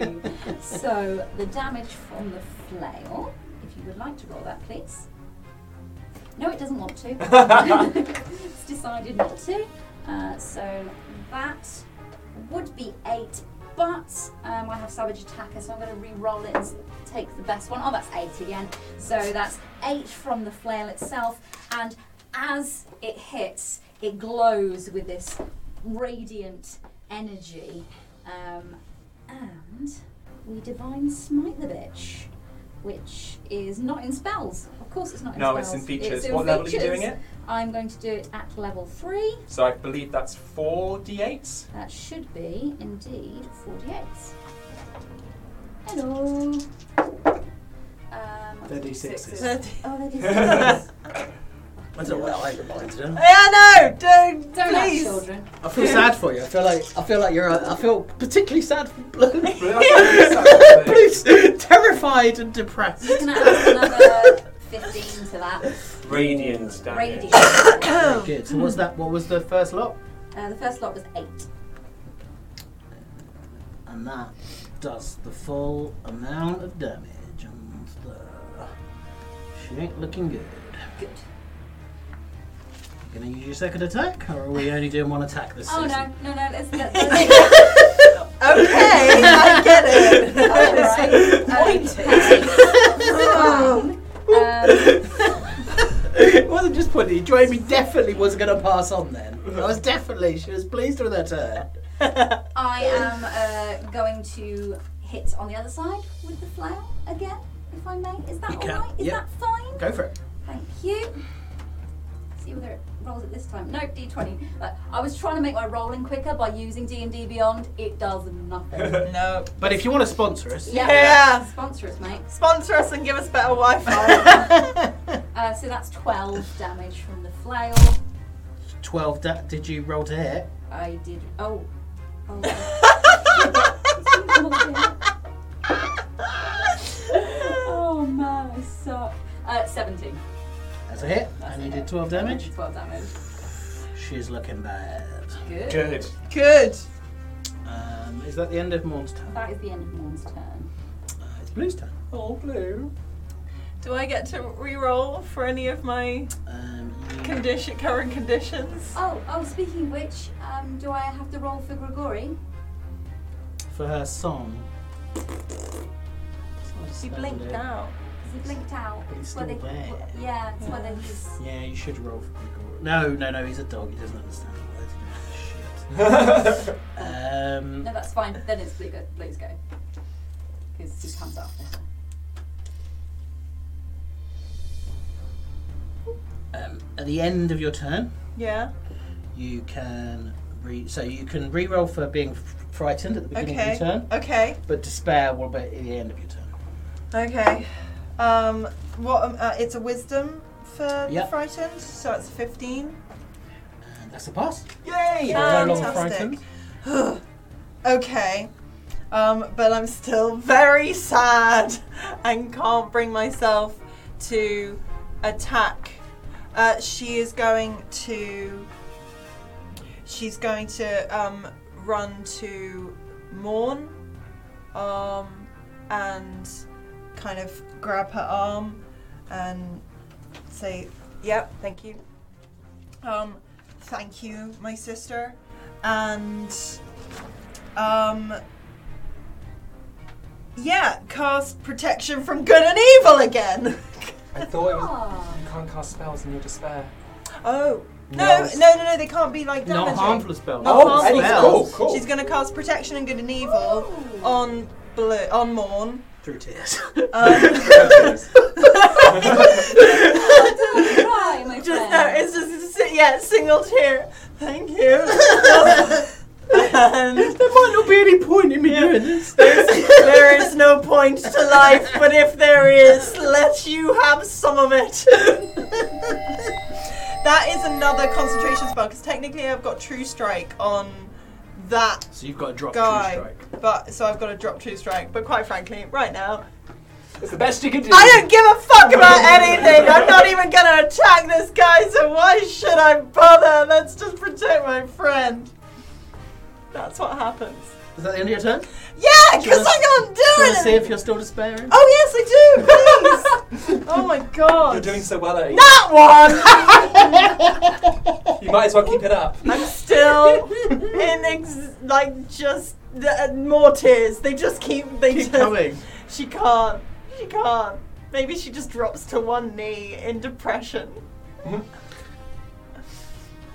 D: so the damage from the flail, if you would like to roll that, please. No, it doesn't want to. it's decided not to. Uh, so that would be eight, but um, I have Savage Attacker, so I'm going to re-roll it and s- take the best one. Oh, that's eight again. So that's eight from the flail itself, and as it hits, it glows with this radiant energy, um, and we divine smite the bitch. Which is not in spells. Of course, it's not in
C: No,
D: spells.
C: it's in features. what level are you doing
D: features.
C: it?
D: I'm going to do it at level three.
C: So I believe that's 4d8.
D: That should be indeed 48. Hello. Um,
A: They're d6s.
E: yeah,
D: oh, that is
A: I don't know what I wanted to do.
E: no, don't,
D: Don't have
E: please.
D: children.
A: I feel sad for you. I feel like I feel like you're. A, I feel particularly sad for Blue. Blue's terrified and depressed.
D: Can I add another 15 to that?
C: Radiant
D: Radiant.
C: damage.
A: Very Good. So what's that? What was the first lot?
D: Uh, the first lot was 8.
A: And that does the full amount of damage. And uh, she ain't looking good.
D: Good.
A: Gonna use your second attack, or are we only doing one attack this
D: Oh
A: season?
D: no, no, no, let's, let's, let's
E: okay, I get it.
D: Alright. Um,
A: it wasn't just pointing. Jamie definitely was going to pass on then. I was definitely, she was pleased with her turn.
D: I am uh, going to hit on the other side with the flail again, if I may. Is that
A: You can,
D: alright? Is
A: yep.
D: that fine?
A: Go for it.
D: Thank you. See whether it rolls it this time. Nope, D20. But I was trying to make my rolling quicker by using D&D Beyond. It does nothing.
E: No.
A: But if you want to sponsor us,
D: Yeah.
E: Yeah.
D: Sponsor us, mate.
E: Sponsor us and give us better Wi Fi.
D: Uh, so that's 12 damage from the flail.
A: 12, da- did you roll to hit?
D: I did. Oh. oh. oh man, I suck. Uh, 17.
A: That's a hit. And you did 12 damage.
D: 12 damage.
A: She's looking bad.
D: Good.
C: Good.
E: Good.
A: Um, is that the end of Morn's turn?
D: That is the end of Morn's turn.
A: Uh, it's Blue's turn.
C: Oh, blue.
E: Do I get to re-roll for any of my
A: Um, you-
E: condition current conditions?
D: Oh, oh, speaking of which, um, do I have to roll for Grigori?
A: for her song.
E: She blinked out.
D: Because he blinked out.
A: He's
D: It's whether
A: still
D: he-
A: there.
D: yeah, it's whether he's.
A: Yeah, you should roll for Grigori. No, no, no, he's a dog. He doesn't understand the words. Shit. Um,
D: No, that's fine. Then it's Blue go. Blue's go. Because he comes after her.
A: um, at the end of your turn,
E: Yeah.
A: you can re- so you can re-roll for being f- frightened at the beginning
E: Okay.
A: of your turn,
E: Okay.
A: but despair will be at the end of your turn.
E: Okay. Um. What? Um, uh, it's a wisdom for
A: Yeah.
E: the frightened, so it's fifteen.
A: And that's a pass.
C: Yay!
A: You're no longer
E: Fantastic.
A: frightened.
E: Okay. Um. But I'm still very sad and can't bring myself to attack. Uh, she is going to. She's going to um, run to Morn, um, and kind of grab her arm and say, "Yep, thank you. Um, thank you, my sister." And um, yeah, cast protection from good and evil again.
C: I thought it was.
D: Ah.
C: You can't cast spells in your despair.
E: Oh. No,
C: No.
E: no, no, no, they can't be like damaging.
A: Not harmful spell.
E: Not
C: Oh,
E: harmful
C: any-
E: spells.
C: cool, cool.
E: She's going to cast protection and good and evil
D: Ooh.
E: on blue, on Morn.
A: Through tears.
E: Um,
D: Cry, my
E: just
D: friend.
E: no, it's just it's, just- yeah, it's single tear. Thank you. and
A: there might not be any point in me doing this.
E: there is no point to life, but if there is, let you have some of it. that is another concentration spell because technically I've got True Strike on that
A: So you've got to drop two
E: guy.
A: strike.
E: But so I've got to drop True Strike. But quite frankly, right now,
C: It's the best you can do.
E: I don't give a fuck about anything. I'm not even gonna attack this guy, so why should I bother? Let's just protect my friend. That's what happens.
A: Is that the end of your turn? Do
E: Yeah,
A: you wanna-
E: because I can't
A: you want to
E: do
A: see
E: it.
A: if you're still despairing?
E: Oh yes, I do. Please. oh my god.
C: You're doing so well at it.
E: that one.
C: You might as well keep it up.
E: I'm still in ex- like just uh, more tears. They just keep. They
A: Keep
E: just,
A: coming.
E: She can't. She can't. Maybe she just drops to one knee in depression.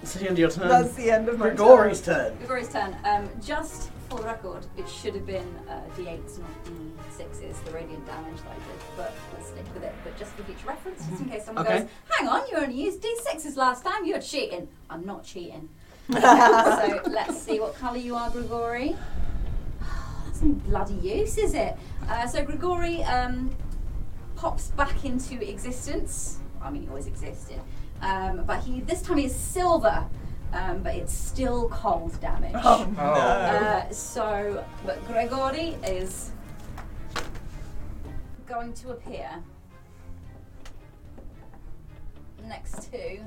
A: It's the end of your turn.
E: That's the end of my
A: Grigori's turn.
D: Gregori's turn. Um, just for the record, it should have been uh, D8s, not D6s, the radiant damage that I did, but we'll stick with it. But just for future reference, just in case someone
A: Okay.
D: goes, hang on, you only used D6s last time, you're cheating. I'm not cheating. so let's see what colour you are, Grigori. That's no bloody use, is it? Uh, so Grigori um, pops back into existence. I mean, he always existed. Um, but he this time he is silver, um, but it's still cold damage.
E: Oh no.
D: Uh, so, but Gregory is going to appear next to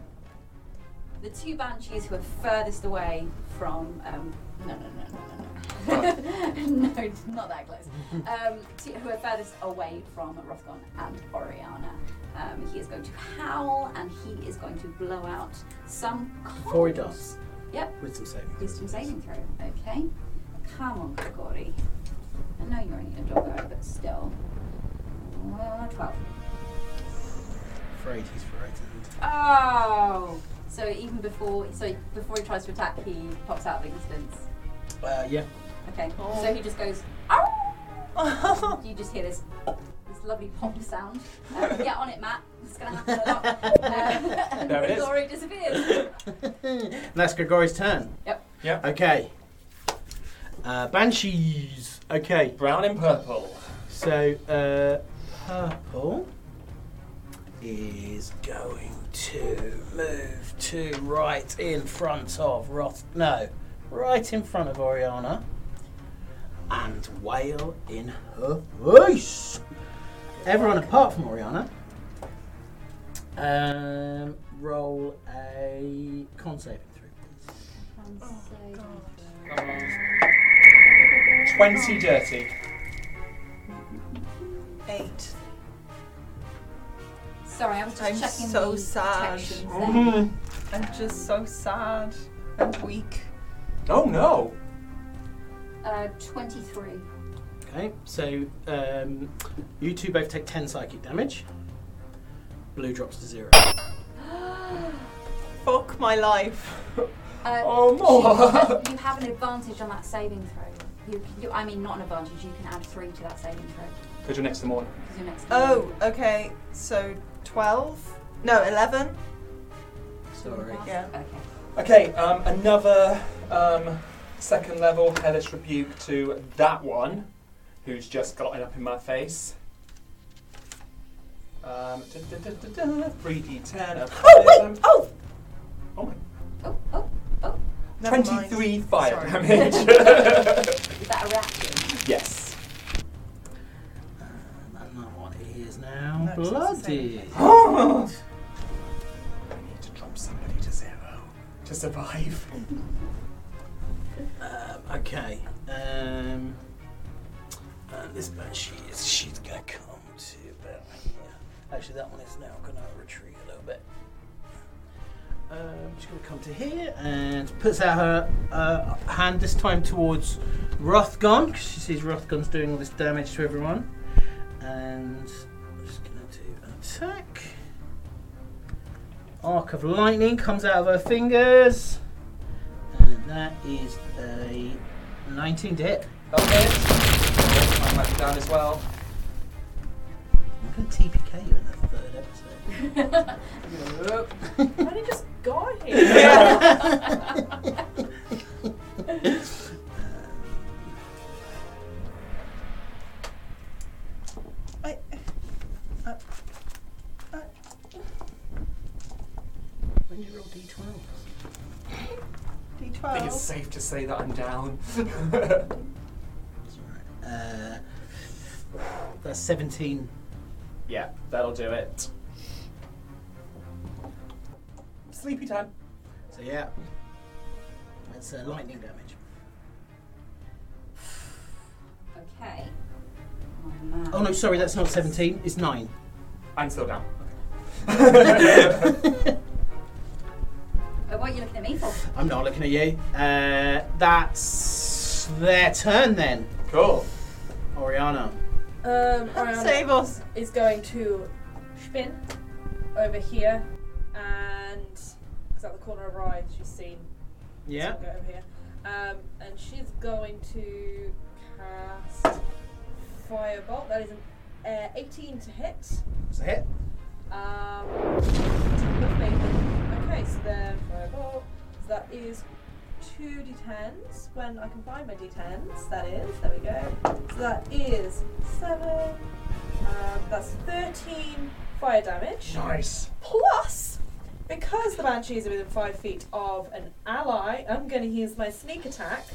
D: the two banshees who are furthest away from. Um, no, no, no, no, no, no. no, not that close. Um, two, who are furthest away from Rothgon and Oriana. Um, he is going to howl and he is going to blow out some coals.
A: Before he does.
D: Yep.
A: Wisdom saving.
D: Wisdom saving throw. Okay. Come on, Gregory. I know you're only a dog guy, but still. Uh, 12.
A: Afraid he's frightened.
D: Oh! So even before so before he tries to attack, he pops out of existence.
A: Uh, yeah.
D: Okay.
E: Oh.
D: So he just goes, ow!
E: oh
D: You just hear this this lovely pop sound. Um, get on it, Matt. It's going to happen a lot. Uh,
C: There it is.
D: Gregory disappears.
A: and that's Gregory's turn.
D: Yep.
C: Yep.
A: Okay. Uh, banshees. Okay.
C: Brown and purple.
A: So uh, purple is going to move to right in front of Roth. No, right in front of Oriana. And wail in her voice. Everyone apart from Oriana, um, roll a con saving through.
E: Oh,
C: Twenty dirty.
E: eight.
D: Sorry, I was just
E: I'm
D: checking
E: so
D: the
E: sad.
D: protections there.
C: Mhm.
E: I'm just so sad and weak.
C: Oh no.
D: Uh, 23.
A: Okay, so um, you two both take 10 psychic damage. Blue drops to zero.
E: Fuck my life.
D: Uh,
C: Oh, more.
D: You have an advantage on that saving throw. You, you, I mean, not an advantage. You can add three to that saving throw
C: Because you're next to Morn.
D: because you're next. to
E: Oh,
D: me.
E: okay. So twelve? No, eleven.
A: Sorry.
E: yeah.
D: Okay.
C: Okay, um, another um, second level hellish rebuke to that one, who's just gotten up in my face. Um, da, da, da, da, da, 3d10 of
E: Oh
C: fire
E: wait!
C: dam-
E: Oh,
C: oh
D: Oh, oh, oh.
C: my,
E: never mind.
C: 23 fire
E: Sorry.
C: damage.
D: Is that a reaction?
C: yes.
A: And that one is now
E: No, 'cause it's the same
A: bloody.
C: I need to drop somebody to zero to survive.
A: Um, okay. Um, and this banshee is she's gonna come to about here. Actually, that one is now gonna retreat a little bit. Um, she's gonna come to here and puts out her uh, hand this time towards Rothgon 'cause she sees Rothgon's doing all this damage to everyone, and she's gonna do an attack. Arc of lightning comes out of her fingers. And that is a 19 to hit.
C: Okay. I might be down as well.
A: I'm going to TPK you in the third episode.
B: Why did just go here?
E: I,
A: When you roll d12.
E: D12.
C: I think it's safe to say that I'm down.
A: Uh, that's 17.
C: yeah, that'll do it. Sleepy time.
A: So yeah, that's uh, lightning damage.
D: Okay. Oh, man.
A: Oh no, sorry, that's not 17. It's 9.
C: I'm still down.
D: Oh, what are you looking at me for?
A: I'm not looking at you. Uh, that's their turn then.
C: cool.
A: Oriana.
B: Um, Ariana
E: Save us.
B: is going to spin over here and because out the corner of her eye she's seen.
A: Yeah.
B: so Go over here. Um, and she's going to cast Firebolt. That is an uh, 18 to hit.
A: That's a hit.
B: Um, lovely. Okay, so then Firebolt. So that is two d10s when I can find my d10s. That is, there we go. So that is seven. Um, that's 13 fire damage.
C: Nice.
B: Plus, because the banshees are within five feet of an ally, I'm going to use my sneak attack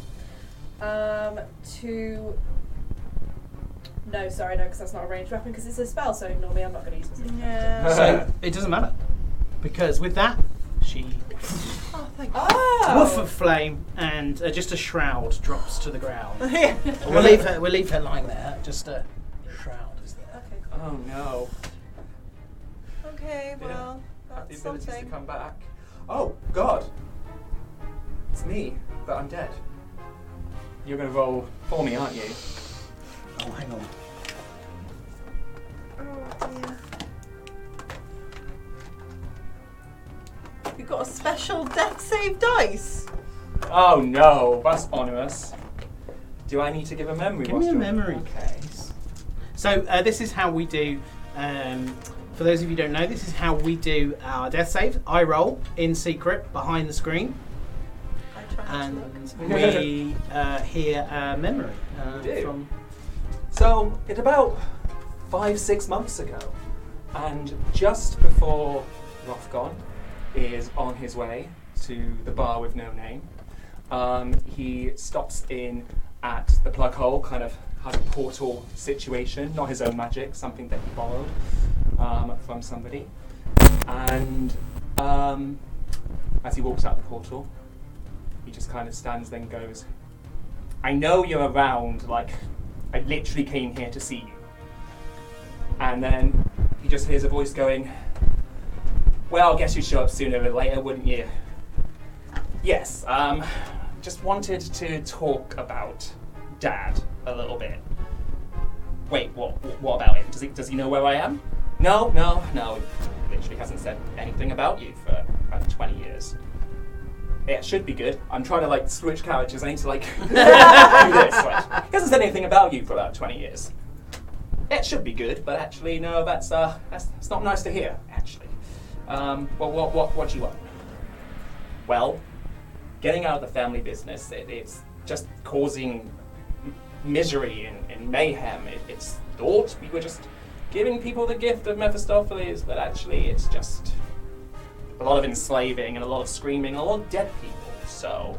B: um, to. No, sorry, no, because that's not a ranged weapon because it's a spell, so normally I'm not going to use my sneak
E: Yeah.
A: So it doesn't matter. Because with that, she
E: Oh, thank
A: woof
B: Oh!
A: of flame and uh, just a shroud drops to the ground.
E: Yeah.
A: we'll leave her. We'll leave her lying there. Just a shroud is there.
B: Okay, cool.
C: Oh no.
E: Okay,
C: Yeah.
E: well,
C: Have the
E: that's
C: abilities
E: something.
C: to come back. Oh God. It's me, but I'm dead. You're going to roll for me, aren't you?
A: Oh, hang on.
E: You've got a special death save dice.
C: Oh no, that's onerous. Do I need to give a memory?
A: Give
C: whilst
A: me a
C: you're-
A: memory.
C: Okay.
A: So uh, this is how we do. Um, for those of you who don't know, this is how we do our death saves. I roll in secret behind the screen,
E: I try not to look.
A: and we uh, hear a memory uh,
C: Do.
A: from.
C: So, it about five, six months ago, and just before Rothgon is on his way to the bar with no name, um, he stops in at the plug hole, kind of has a portal situation, not his own magic, something that he borrowed um, from somebody. And um, as he walks out the portal, he just kind of stands, then goes, I know you're around, like, I literally came here to see you. And then he just hears a voice going, Well, I guess you'd show up sooner or later, wouldn't you? Yes, um, just wanted to talk about Dad a little bit. Wait, what, what about him? Does he, does he know where I am? No, no, no. He literally hasn't said anything about you for about 20 years. Yeah, it should be good. I'm trying to like switch characters. I need to like do this. Like, he hasn't said anything about you for about 20 years. It should be good, but actually, no. That's uh, that's, that's not nice to hear. Actually, um, well, what what what do you want? Well, getting out of the family business, it, it's just causing m- misery and, and mayhem. It, it's thought we were just giving people the gift of Mephistopheles, but actually, it's just a lot of enslaving and a lot of screaming and a lot of dead people. So,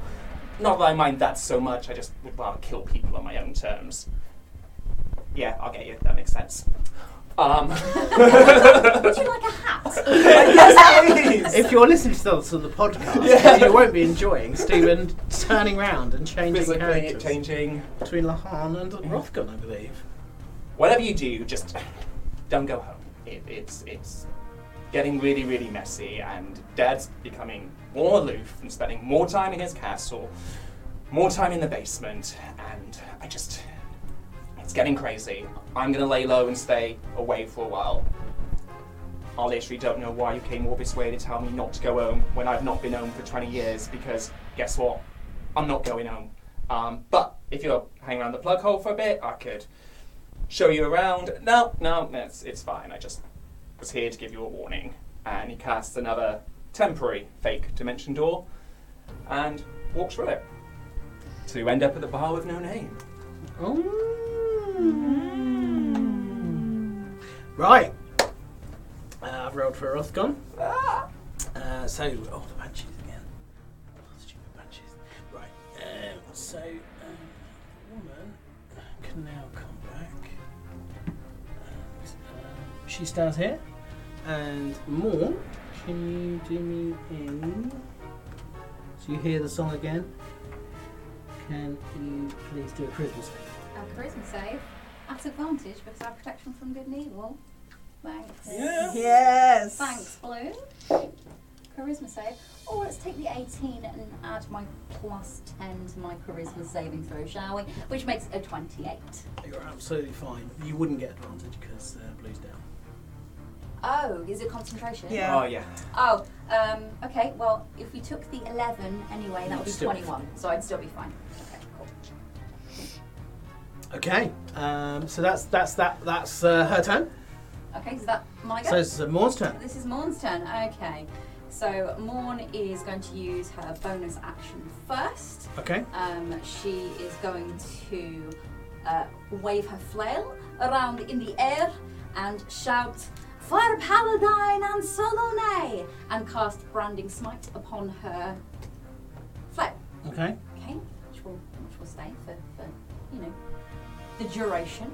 C: not that I mind that so much, I just would rather kill people on my own terms. Yeah, I'll get you, that makes sense. Um,
D: Would you like a hat?
C: yes, please!
A: If you're listening to this on the podcast, you won't be enjoying Stephen turning round and changing
C: Physically
A: characters
C: changing.
A: between Lahan and Rothgun, I believe.
C: Whatever you do, just don't go home. It, it's, it's getting really, really messy, and Dad's becoming more aloof and spending more time in his castle, more time in the basement, and I just. It's getting crazy. I'm gonna lay low and stay away for a while. I literally don't know why you came all this way to tell me not to go home when I've not been home for 20 years because guess what? I'm not going home. Um, but if you'll hang around the plug hole for a bit, I could show you around. No, no, it's, it's fine. I just was here to give you a warning. And he casts another temporary fake dimension door and walks through it to end up at the bar with no name.
A: Right. Uh, I've rolled for Rothgun.
E: Ah!
A: Uh, so, oh, the banshees again. Oh, Stupid banshees. Right. Um, so, um, the woman can now come back. And, um, she stands here. And Morn, can you do me in? So you hear the song again. Can you please do a Christmas?
D: A charisma save at advantage because I have protection from good and evil. Thanks.
E: Yes.
D: Thanks, Blue. Charisma save. Or let's take the 18 and add my plus 10 to my charisma saving throw, shall we? Which makes it a 28.
A: You're absolutely fine. You wouldn't get advantage because uh, blue's down.
D: Oh, is it concentration?
E: Yeah.
C: Oh, yeah.
D: Oh, um, okay. Well, if we took the 11 anyway, that would be
A: Still.
D: 21. So I'd still be fine. Okay, cool.
A: Okay, um, so that's that's that that's uh, her turn.
D: Okay, so that my
A: So
D: go?
A: it's uh, Morn's turn.
D: This is Morn's turn. Okay. So Morn is going to use her bonus action first.
A: Okay,
D: Um, she is going to uh, wave her flail around in the air and shout, Fire Paladine and Solone! and cast Branding Smite upon her flail.
A: okay.
D: Okay, which will, which will stay for, for, you know, the duration.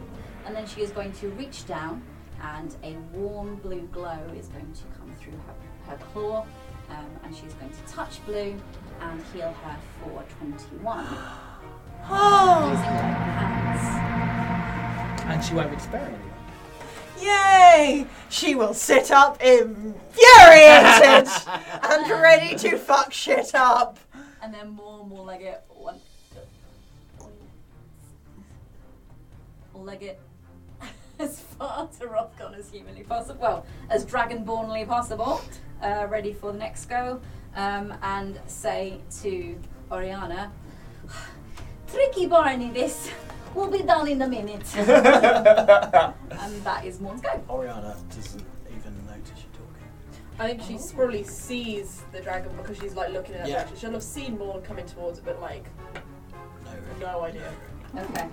D: And then she is going to reach down and a warm blue glow is going to come through her, her claw. Um, and she's going to touch blue and heal her for 21.
E: Oh,
D: Using her hands.
A: And she won't expel anyone.
E: yay! She will sit up infuriated and ready to fuck shit up.
D: And then more and more like it. One, two, three, leg it as far to Rothcon as humanly possible, well, as dragonbornly possible, uh, ready for the next go, um, and say to Oriana, tricky barney this, will be done in a minute. and that is Morn's go.
A: Oriana doesn't even notice you're
B: I think she probably sees the dragon because she's like looking in that
A: Yeah.
B: direction. She'll have seen Morn coming towards it, but like
A: talking. No, really.
B: no idea.
D: Okay.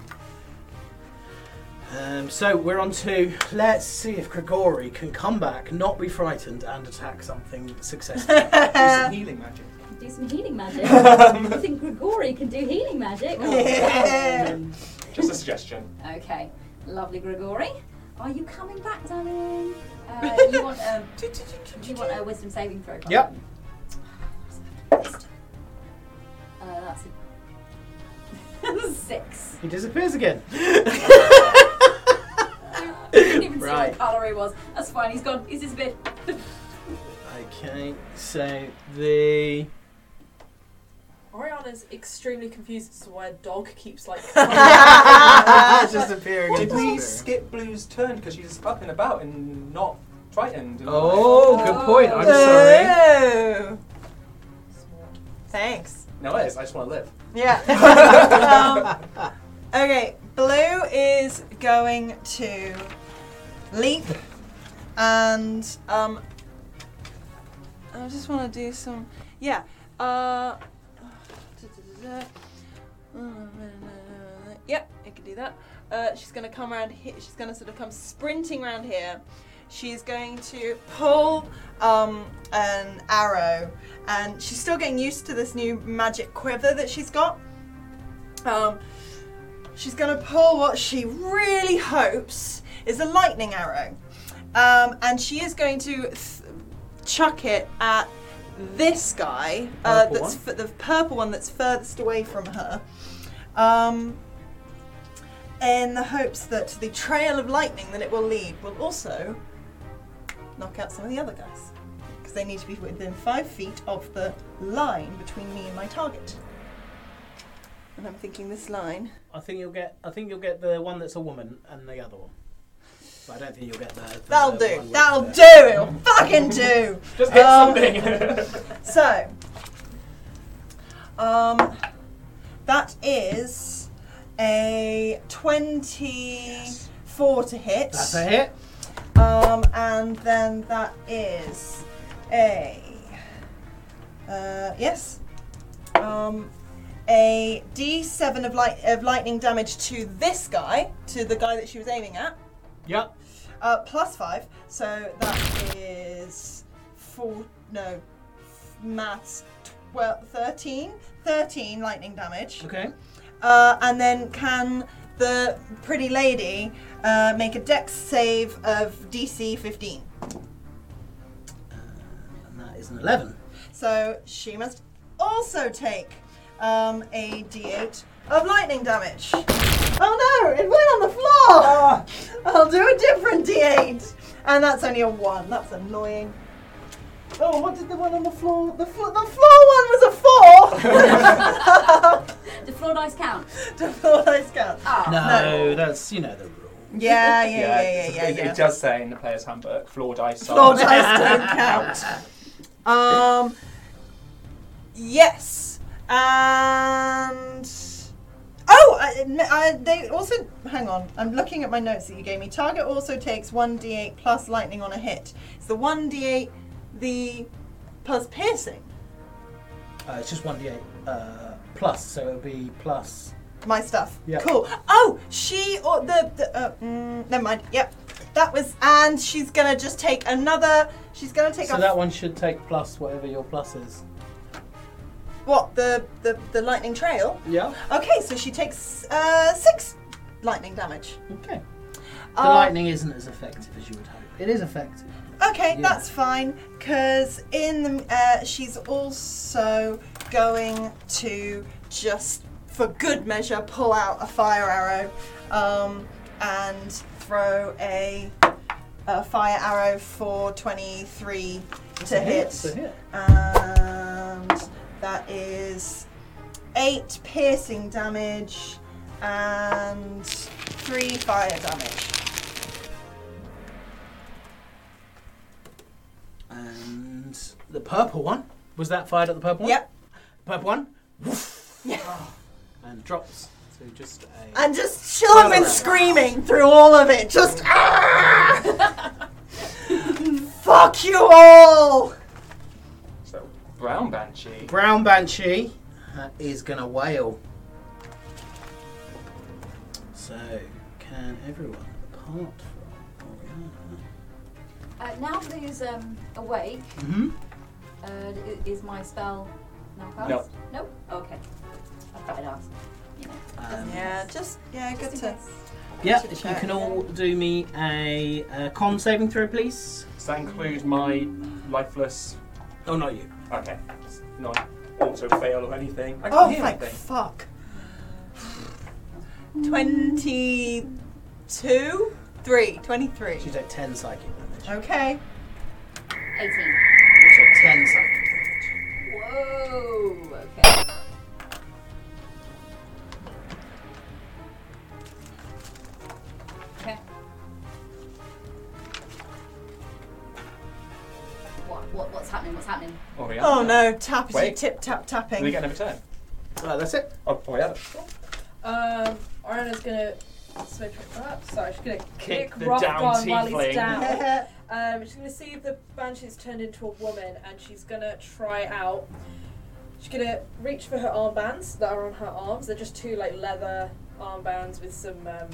A: Um, so we're on to let's see if Grigori can come back, not be frightened, and attack something successfully.
C: some healing magic.
D: Do some healing magic. you think Grigori can do healing magic? Oh,
E: Yeah.
D: um,
C: Just a suggestion.
D: Okay, lovely Grigori. Are you coming back, darling? Uh, you want a you want a wisdom saving throw? Colin?
A: Yep.
D: Uh, that's a six.
A: he disappears again.
D: I didn't even see
A: Right.
D: what colour he was. That's fine. He's gone. He's disappeared.
A: Okay, so the
B: Oriana's extremely confused as to why a dog keeps like.
A: just appearing.
C: Did we skip Blue's turn because she's up and about and not frightened? and all
A: Oh, good point. I'm sorry.
E: Oh. Thanks.
C: that? No, it is. I just want to live.
E: Yeah. Um, okay, blue is going to leap and um I just want to do some yeah. Uh Mm, Yep, it can do that. Uh, she's gonna come around here. She's gonna sort of come sprinting around here. She's going to pull um, an arrow, and she's still getting used to this new magic quiver that she's got. Um, she's going to pull what she really hopes is a lightning arrow. Um, and she is going to th- chuck it at this guy, uh,
A: Purple
E: that's f- the purple one that's furthest away from her, um, in the hopes that the trail of lightning that it will lead will also knock out some of the other guys. Because they need to be within five feet of the line between me and my target. And I'm thinking this line.
A: I think you'll get. I think you'll get the one that's a woman and the other one. But I don't think you'll get the. the
E: That'll
A: one
E: do.
A: with
E: That'll
A: the-
E: do. It'll fucking do.
C: Just hit
E: Um,
C: something.
E: So, um, that is a twenty-four to hit.
A: That's a hit.
E: Um, and then that is a uh, yes, um, a D7 of light of lightning damage to this guy, to the guy that she was aiming at,
A: Yep.
E: uh, plus five. So that is four. No, maths. 12, 13, 13 lightning damage.
A: Okay.
E: Uh, and then can the pretty lady uh, make a dex save of DC 15?
A: And that is an eleven.
E: So she must also take um, a d8 of lightning damage. Oh no, it went on the floor! I'll do a different d8. And that's only a 1, that's annoying. Oh, what did the one on the floor? The, flo- the floor one was
D: The floor dice count.
E: a 4! the floor dice count.
D: Ah.
A: No, that's you know the rule.
E: Yeah, yeah, yeah, yeah,
C: it's-
E: yeah.
C: it,
E: yeah.
C: it does say in the player's handbook, floor dice. are-
E: Floor dice don't count. Um, yes, and oh, I, I, they also hang on. I'm looking at my notes that you gave me. Target also takes one d8 plus lightning on a hit. It's the one d8, the plus piercing.
A: Uh, it's just one d8 uh, plus, so it'll be plus.
E: My stuff.
A: Yeah.
E: Cool. Oh, she or the, the uh, mm, never mind. Yep, that was. And she's gonna just take another. She's gonna take
A: So
E: a
A: that one should take plus whatever your plus is.
E: what the the, the lightning trail.
A: Yeah.
E: Okay, so she takes uh, six lightning damage.
A: Okay. The
E: Uh,
A: lightning isn't as effective as you would hope. It is effective.
E: Okay,
A: Yeah.
E: that's fine. Cause in the uh, she's also going to just for good measure pull out a fire arrow, um, and throw a, a fire arrow for twenty three to
A: It's a hit.
E: and that is eight piercing damage and three fire damage.
A: And the purple one. Was that fired at the purple one?
E: Yep.
A: Purple one. Woof.
E: Yeah.
A: And drops. So just a.
E: And just children screaming through all of it. Just ah! Fuck you all!
C: So, Brown Banshee.
A: Brown Banshee uh, is gonna wail. So, can everyone apart from Oriana?
D: Uh, now that he's um, awake,
A: Mm-hmm.
D: uh, i- is my spell now cast?
C: No.
D: No? Okay. I thought I'd ask. You know,
A: Um,
E: Yeah, just yeah, good
D: just in
E: to.
D: case.
A: Yeah,
E: Good to
A: if you
E: check.
A: can all do me a, uh con saving throw, please.
C: Does that include my lifeless?
A: Oh, not you.
C: Okay. It's Not auto fail or anything. I can't
E: Oh,
C: hear
E: thank
C: anything.
E: fuck. 22? 3. 23.
A: She's at 10 psychic damage.
E: Okay.
D: 18.
A: She's at 10 psychic damage.
D: Whoa! Okay. Okay. What, what, what's happening? What's happening?
C: Oh, yeah.
E: Oh no, tappity
C: Wait.
E: tip tap
C: Did we
E: tapping.
C: get another turn?
A: Well, that's it.
C: Oh, oh yeah.
B: Um, Ariana's gonna switch it up. Sorry, she's gonna
C: Kick
B: kick,
C: the
B: Rothgar
C: down
B: while
C: tiefling.
B: he's down. Um, she's gonna see if the banshee's turned into a woman, and she's gonna try out. She's gonna reach for her armbands that are on her arms. They're just two like leather armbands with some um,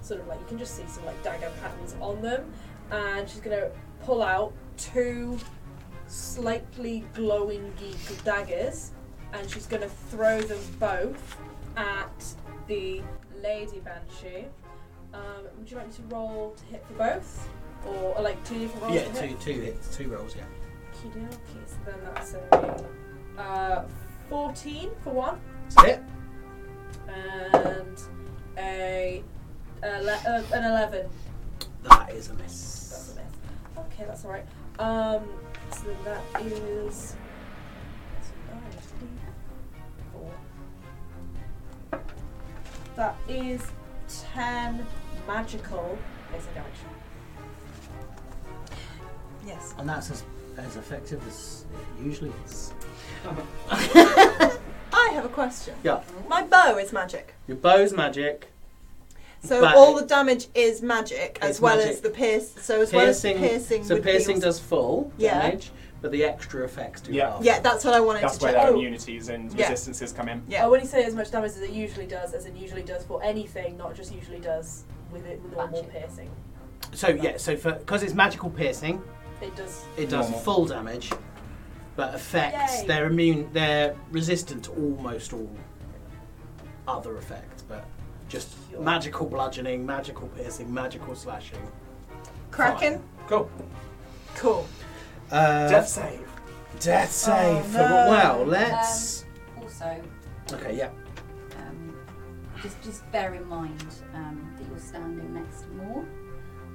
B: sort of like you can just see some like dagger patterns on them, and she's gonna pull out two slightly glowing geek daggers, and she's gonna throw them both at the lady banshee. Um, would you like me to roll to hit for both, or, or like two different rolls?
A: Yeah,
B: to hit?
A: two, two hits, two rolls, yeah.
B: Okey-dokey, so then that's a uh, 14 for one,
A: That's it.
B: and a, ele- uh, an 11.
A: That is a miss.
B: That's a miss. Okay, that's alright. Um, so then that is. that's alright, four. That is 10 magical basic action.
E: Yes.
A: And that's as, as effective as it usually is.
E: I have a question.
A: Yeah.
E: My bow is magic.
A: Your bow's magic.
E: So
A: But-
E: all the damage is magic as
A: It's
E: well
A: magic.
E: as the pierce. So as
A: piercing,
E: well as the piercing.
A: so
E: would be
A: piercing
E: also-
A: does full
E: Yeah.
A: damage, but the extra effects do
C: Yeah.
A: half.
E: Yeah, that's what I wanted
C: That's
E: to
C: where
E: check.
C: their
E: Oh,
C: immunities and
E: Yeah.
C: resistances come in.
E: Yeah.
B: I wouldn't say as much damage as it usually does, as it usually does for anything, not just usually does with it with normal
D: Magic.
B: piercing.
A: So yeah, so for because it's magical piercing,
B: It does.
A: it does
C: Normal.
A: full damage, but affects
B: Yay.
A: they're immune, they're resistant to almost all other effects, but just
B: Sure.
A: magical bludgeoning, magical piercing, magical slashing.
E: Kraken.
C: Cool.
E: Cool.
A: Uh,
C: Death save.
A: death save.
E: Oh,
A: for-
E: no. Um,
A: Well, let's.
D: Also,
A: okay, yeah.
D: um, just just bear in mind um, that you're standing next to Moore,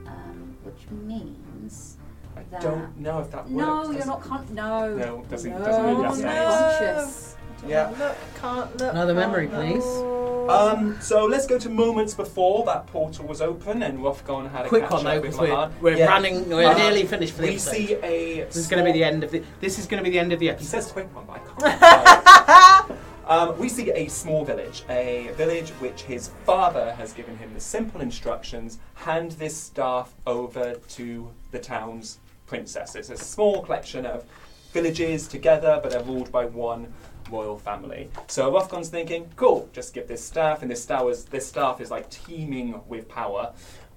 D: um, which means
C: I
D: that.
C: don't know if that works.
D: No, you're
C: does
D: not con. No.
C: it? No, doesn't,
D: No,
C: doesn't mean death
E: Oh, no.
C: saves.
D: Conscious.
C: Yeah.
E: Look, can't look.
A: Another
E: can't
A: memory,
E: look.
A: please.
C: Um, so let's go to moments before that portal was open and Rothgon had a
A: Quick
C: catch
A: one
C: up
A: though,
C: with
A: because we're,
C: Lahan.
A: we're
C: Yeah.
A: running. We're
C: Uh,
A: nearly finished for the
C: We
A: episode.
C: see a.
A: This is going to be the end of the. This is going to be the end of the
C: He
A: episode.
C: says quick one, but I can't. Um, we see a small village, a village which his father has given him the simple instructions hand this staff over to the town's princess. It's a small collection of villages together, but they're ruled by one royal family. So Rothgon's thinking, cool, just give this staff, and this staff is, this staff is like teeming with power.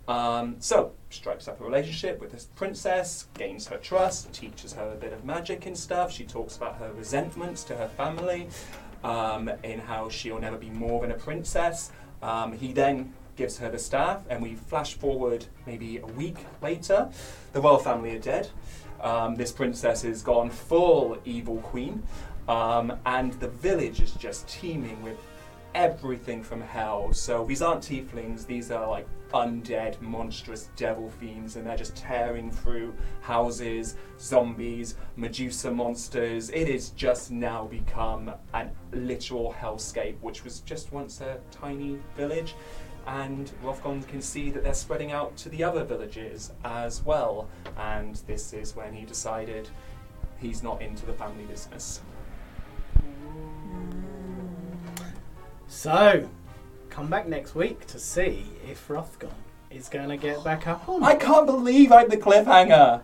C: Um, so, strikes up a relationship with this princess, gains her trust, teaches her a bit of magic and stuff. She talks about her resentments to her family, um, in how she'll never be more than a princess. Um, he then gives her the staff, and we flash forward maybe a week later. The royal family are dead. Um, this princess is gone full evil queen, um, and the village is just teeming with everything from hell. So these aren't tieflings, these are like undead, monstrous devil fiends, and they're just tearing through houses, zombies, Medusa monsters. It has just now become an literal hellscape, which was just once a tiny village. and Rothgon can see that they're spreading out to the other villages as well. And this is when he decided he's not into the family business.
A: So, come back next week to see if Rothgon is going to get back up on.
C: I can't believe I'm the cliffhanger.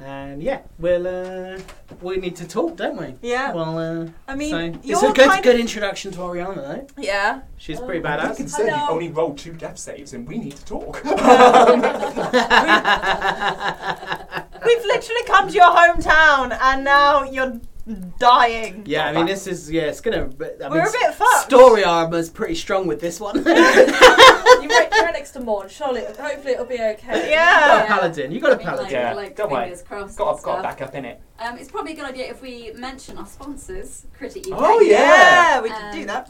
A: And yeah, we'll uh, we need to talk, don't we?
E: Yeah.
A: Well, uh,
E: I mean,
A: so it's
E: you're
A: a good,
E: kind Oh,
A: good introduction to Ariana, though.
E: yeah.
A: She's pretty
C: I think
A: badass.
C: instead you
B: Hello.
C: only rolled two death saves, and we need to talk.
E: We've literally come to your hometown and now you're dying.
A: Yeah, I mean, this is yeah, it's gonna. I mean,
E: We're a bit fucked.
A: Story armor's pretty strong with this one.
B: you were, you were next to Morn. Surely, hopefully, it'll be okay.
A: got
E: Yeah.
A: a paladin. You got a
D: I mean,
A: paladin.
D: like,
C: Yeah,
D: like,
C: don't worry.
D: fingers crossed.
C: got
D: and
C: got a
D: stuff.
C: backup in it.
D: Um, it's probably a good idea if we mention our sponsors, Critic UK.
C: Oh, yeah.
E: Yeah, we
D: um,
E: can do that.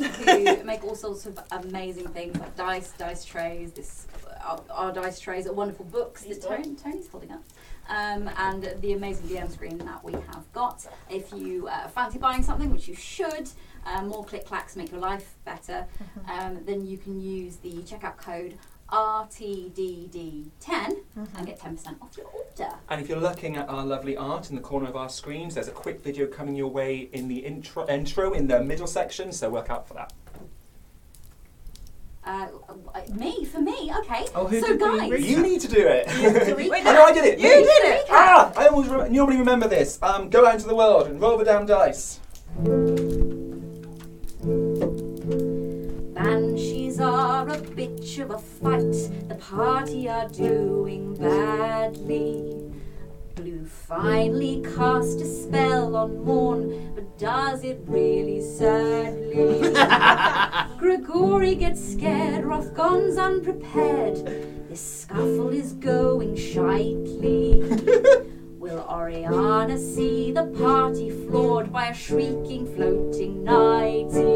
D: who make all sorts of amazing things like dice, dice trays. This our, our dice trays are wonderful books that
B: These
D: Tony, Tony's holding up, um, and the amazing DM screen that we have got. If you uh, fancy buying something, which you should, uh, more click clacks make your life better. Um, then you can use the checkout code RTDD10 and get 10% off your order.
C: And if you're looking at our lovely art in the corner of our screens, there's a quick video coming your way in the intro, intro in the middle section, so work out for that.
D: Uh, uh, me for me, okay.
A: Oh, who
D: so
A: did we
D: guys,
A: read?
C: You need to do it.
D: to recap.
C: I know I did it.
E: You
C: me.
E: did it.
C: Ah, I always rem- normally remember this. Um, go out into the world and roll the damn dice.
D: Banshees are a bitch of a fight. The party are doing badly. Blue finally cast a spell on Morn, but does it really sadly? Grigori gets scared, Rothgon's unprepared. This scuffle is going shitely. Will Oriana see the party floored by a shrieking, floating nighty?
C: Oh,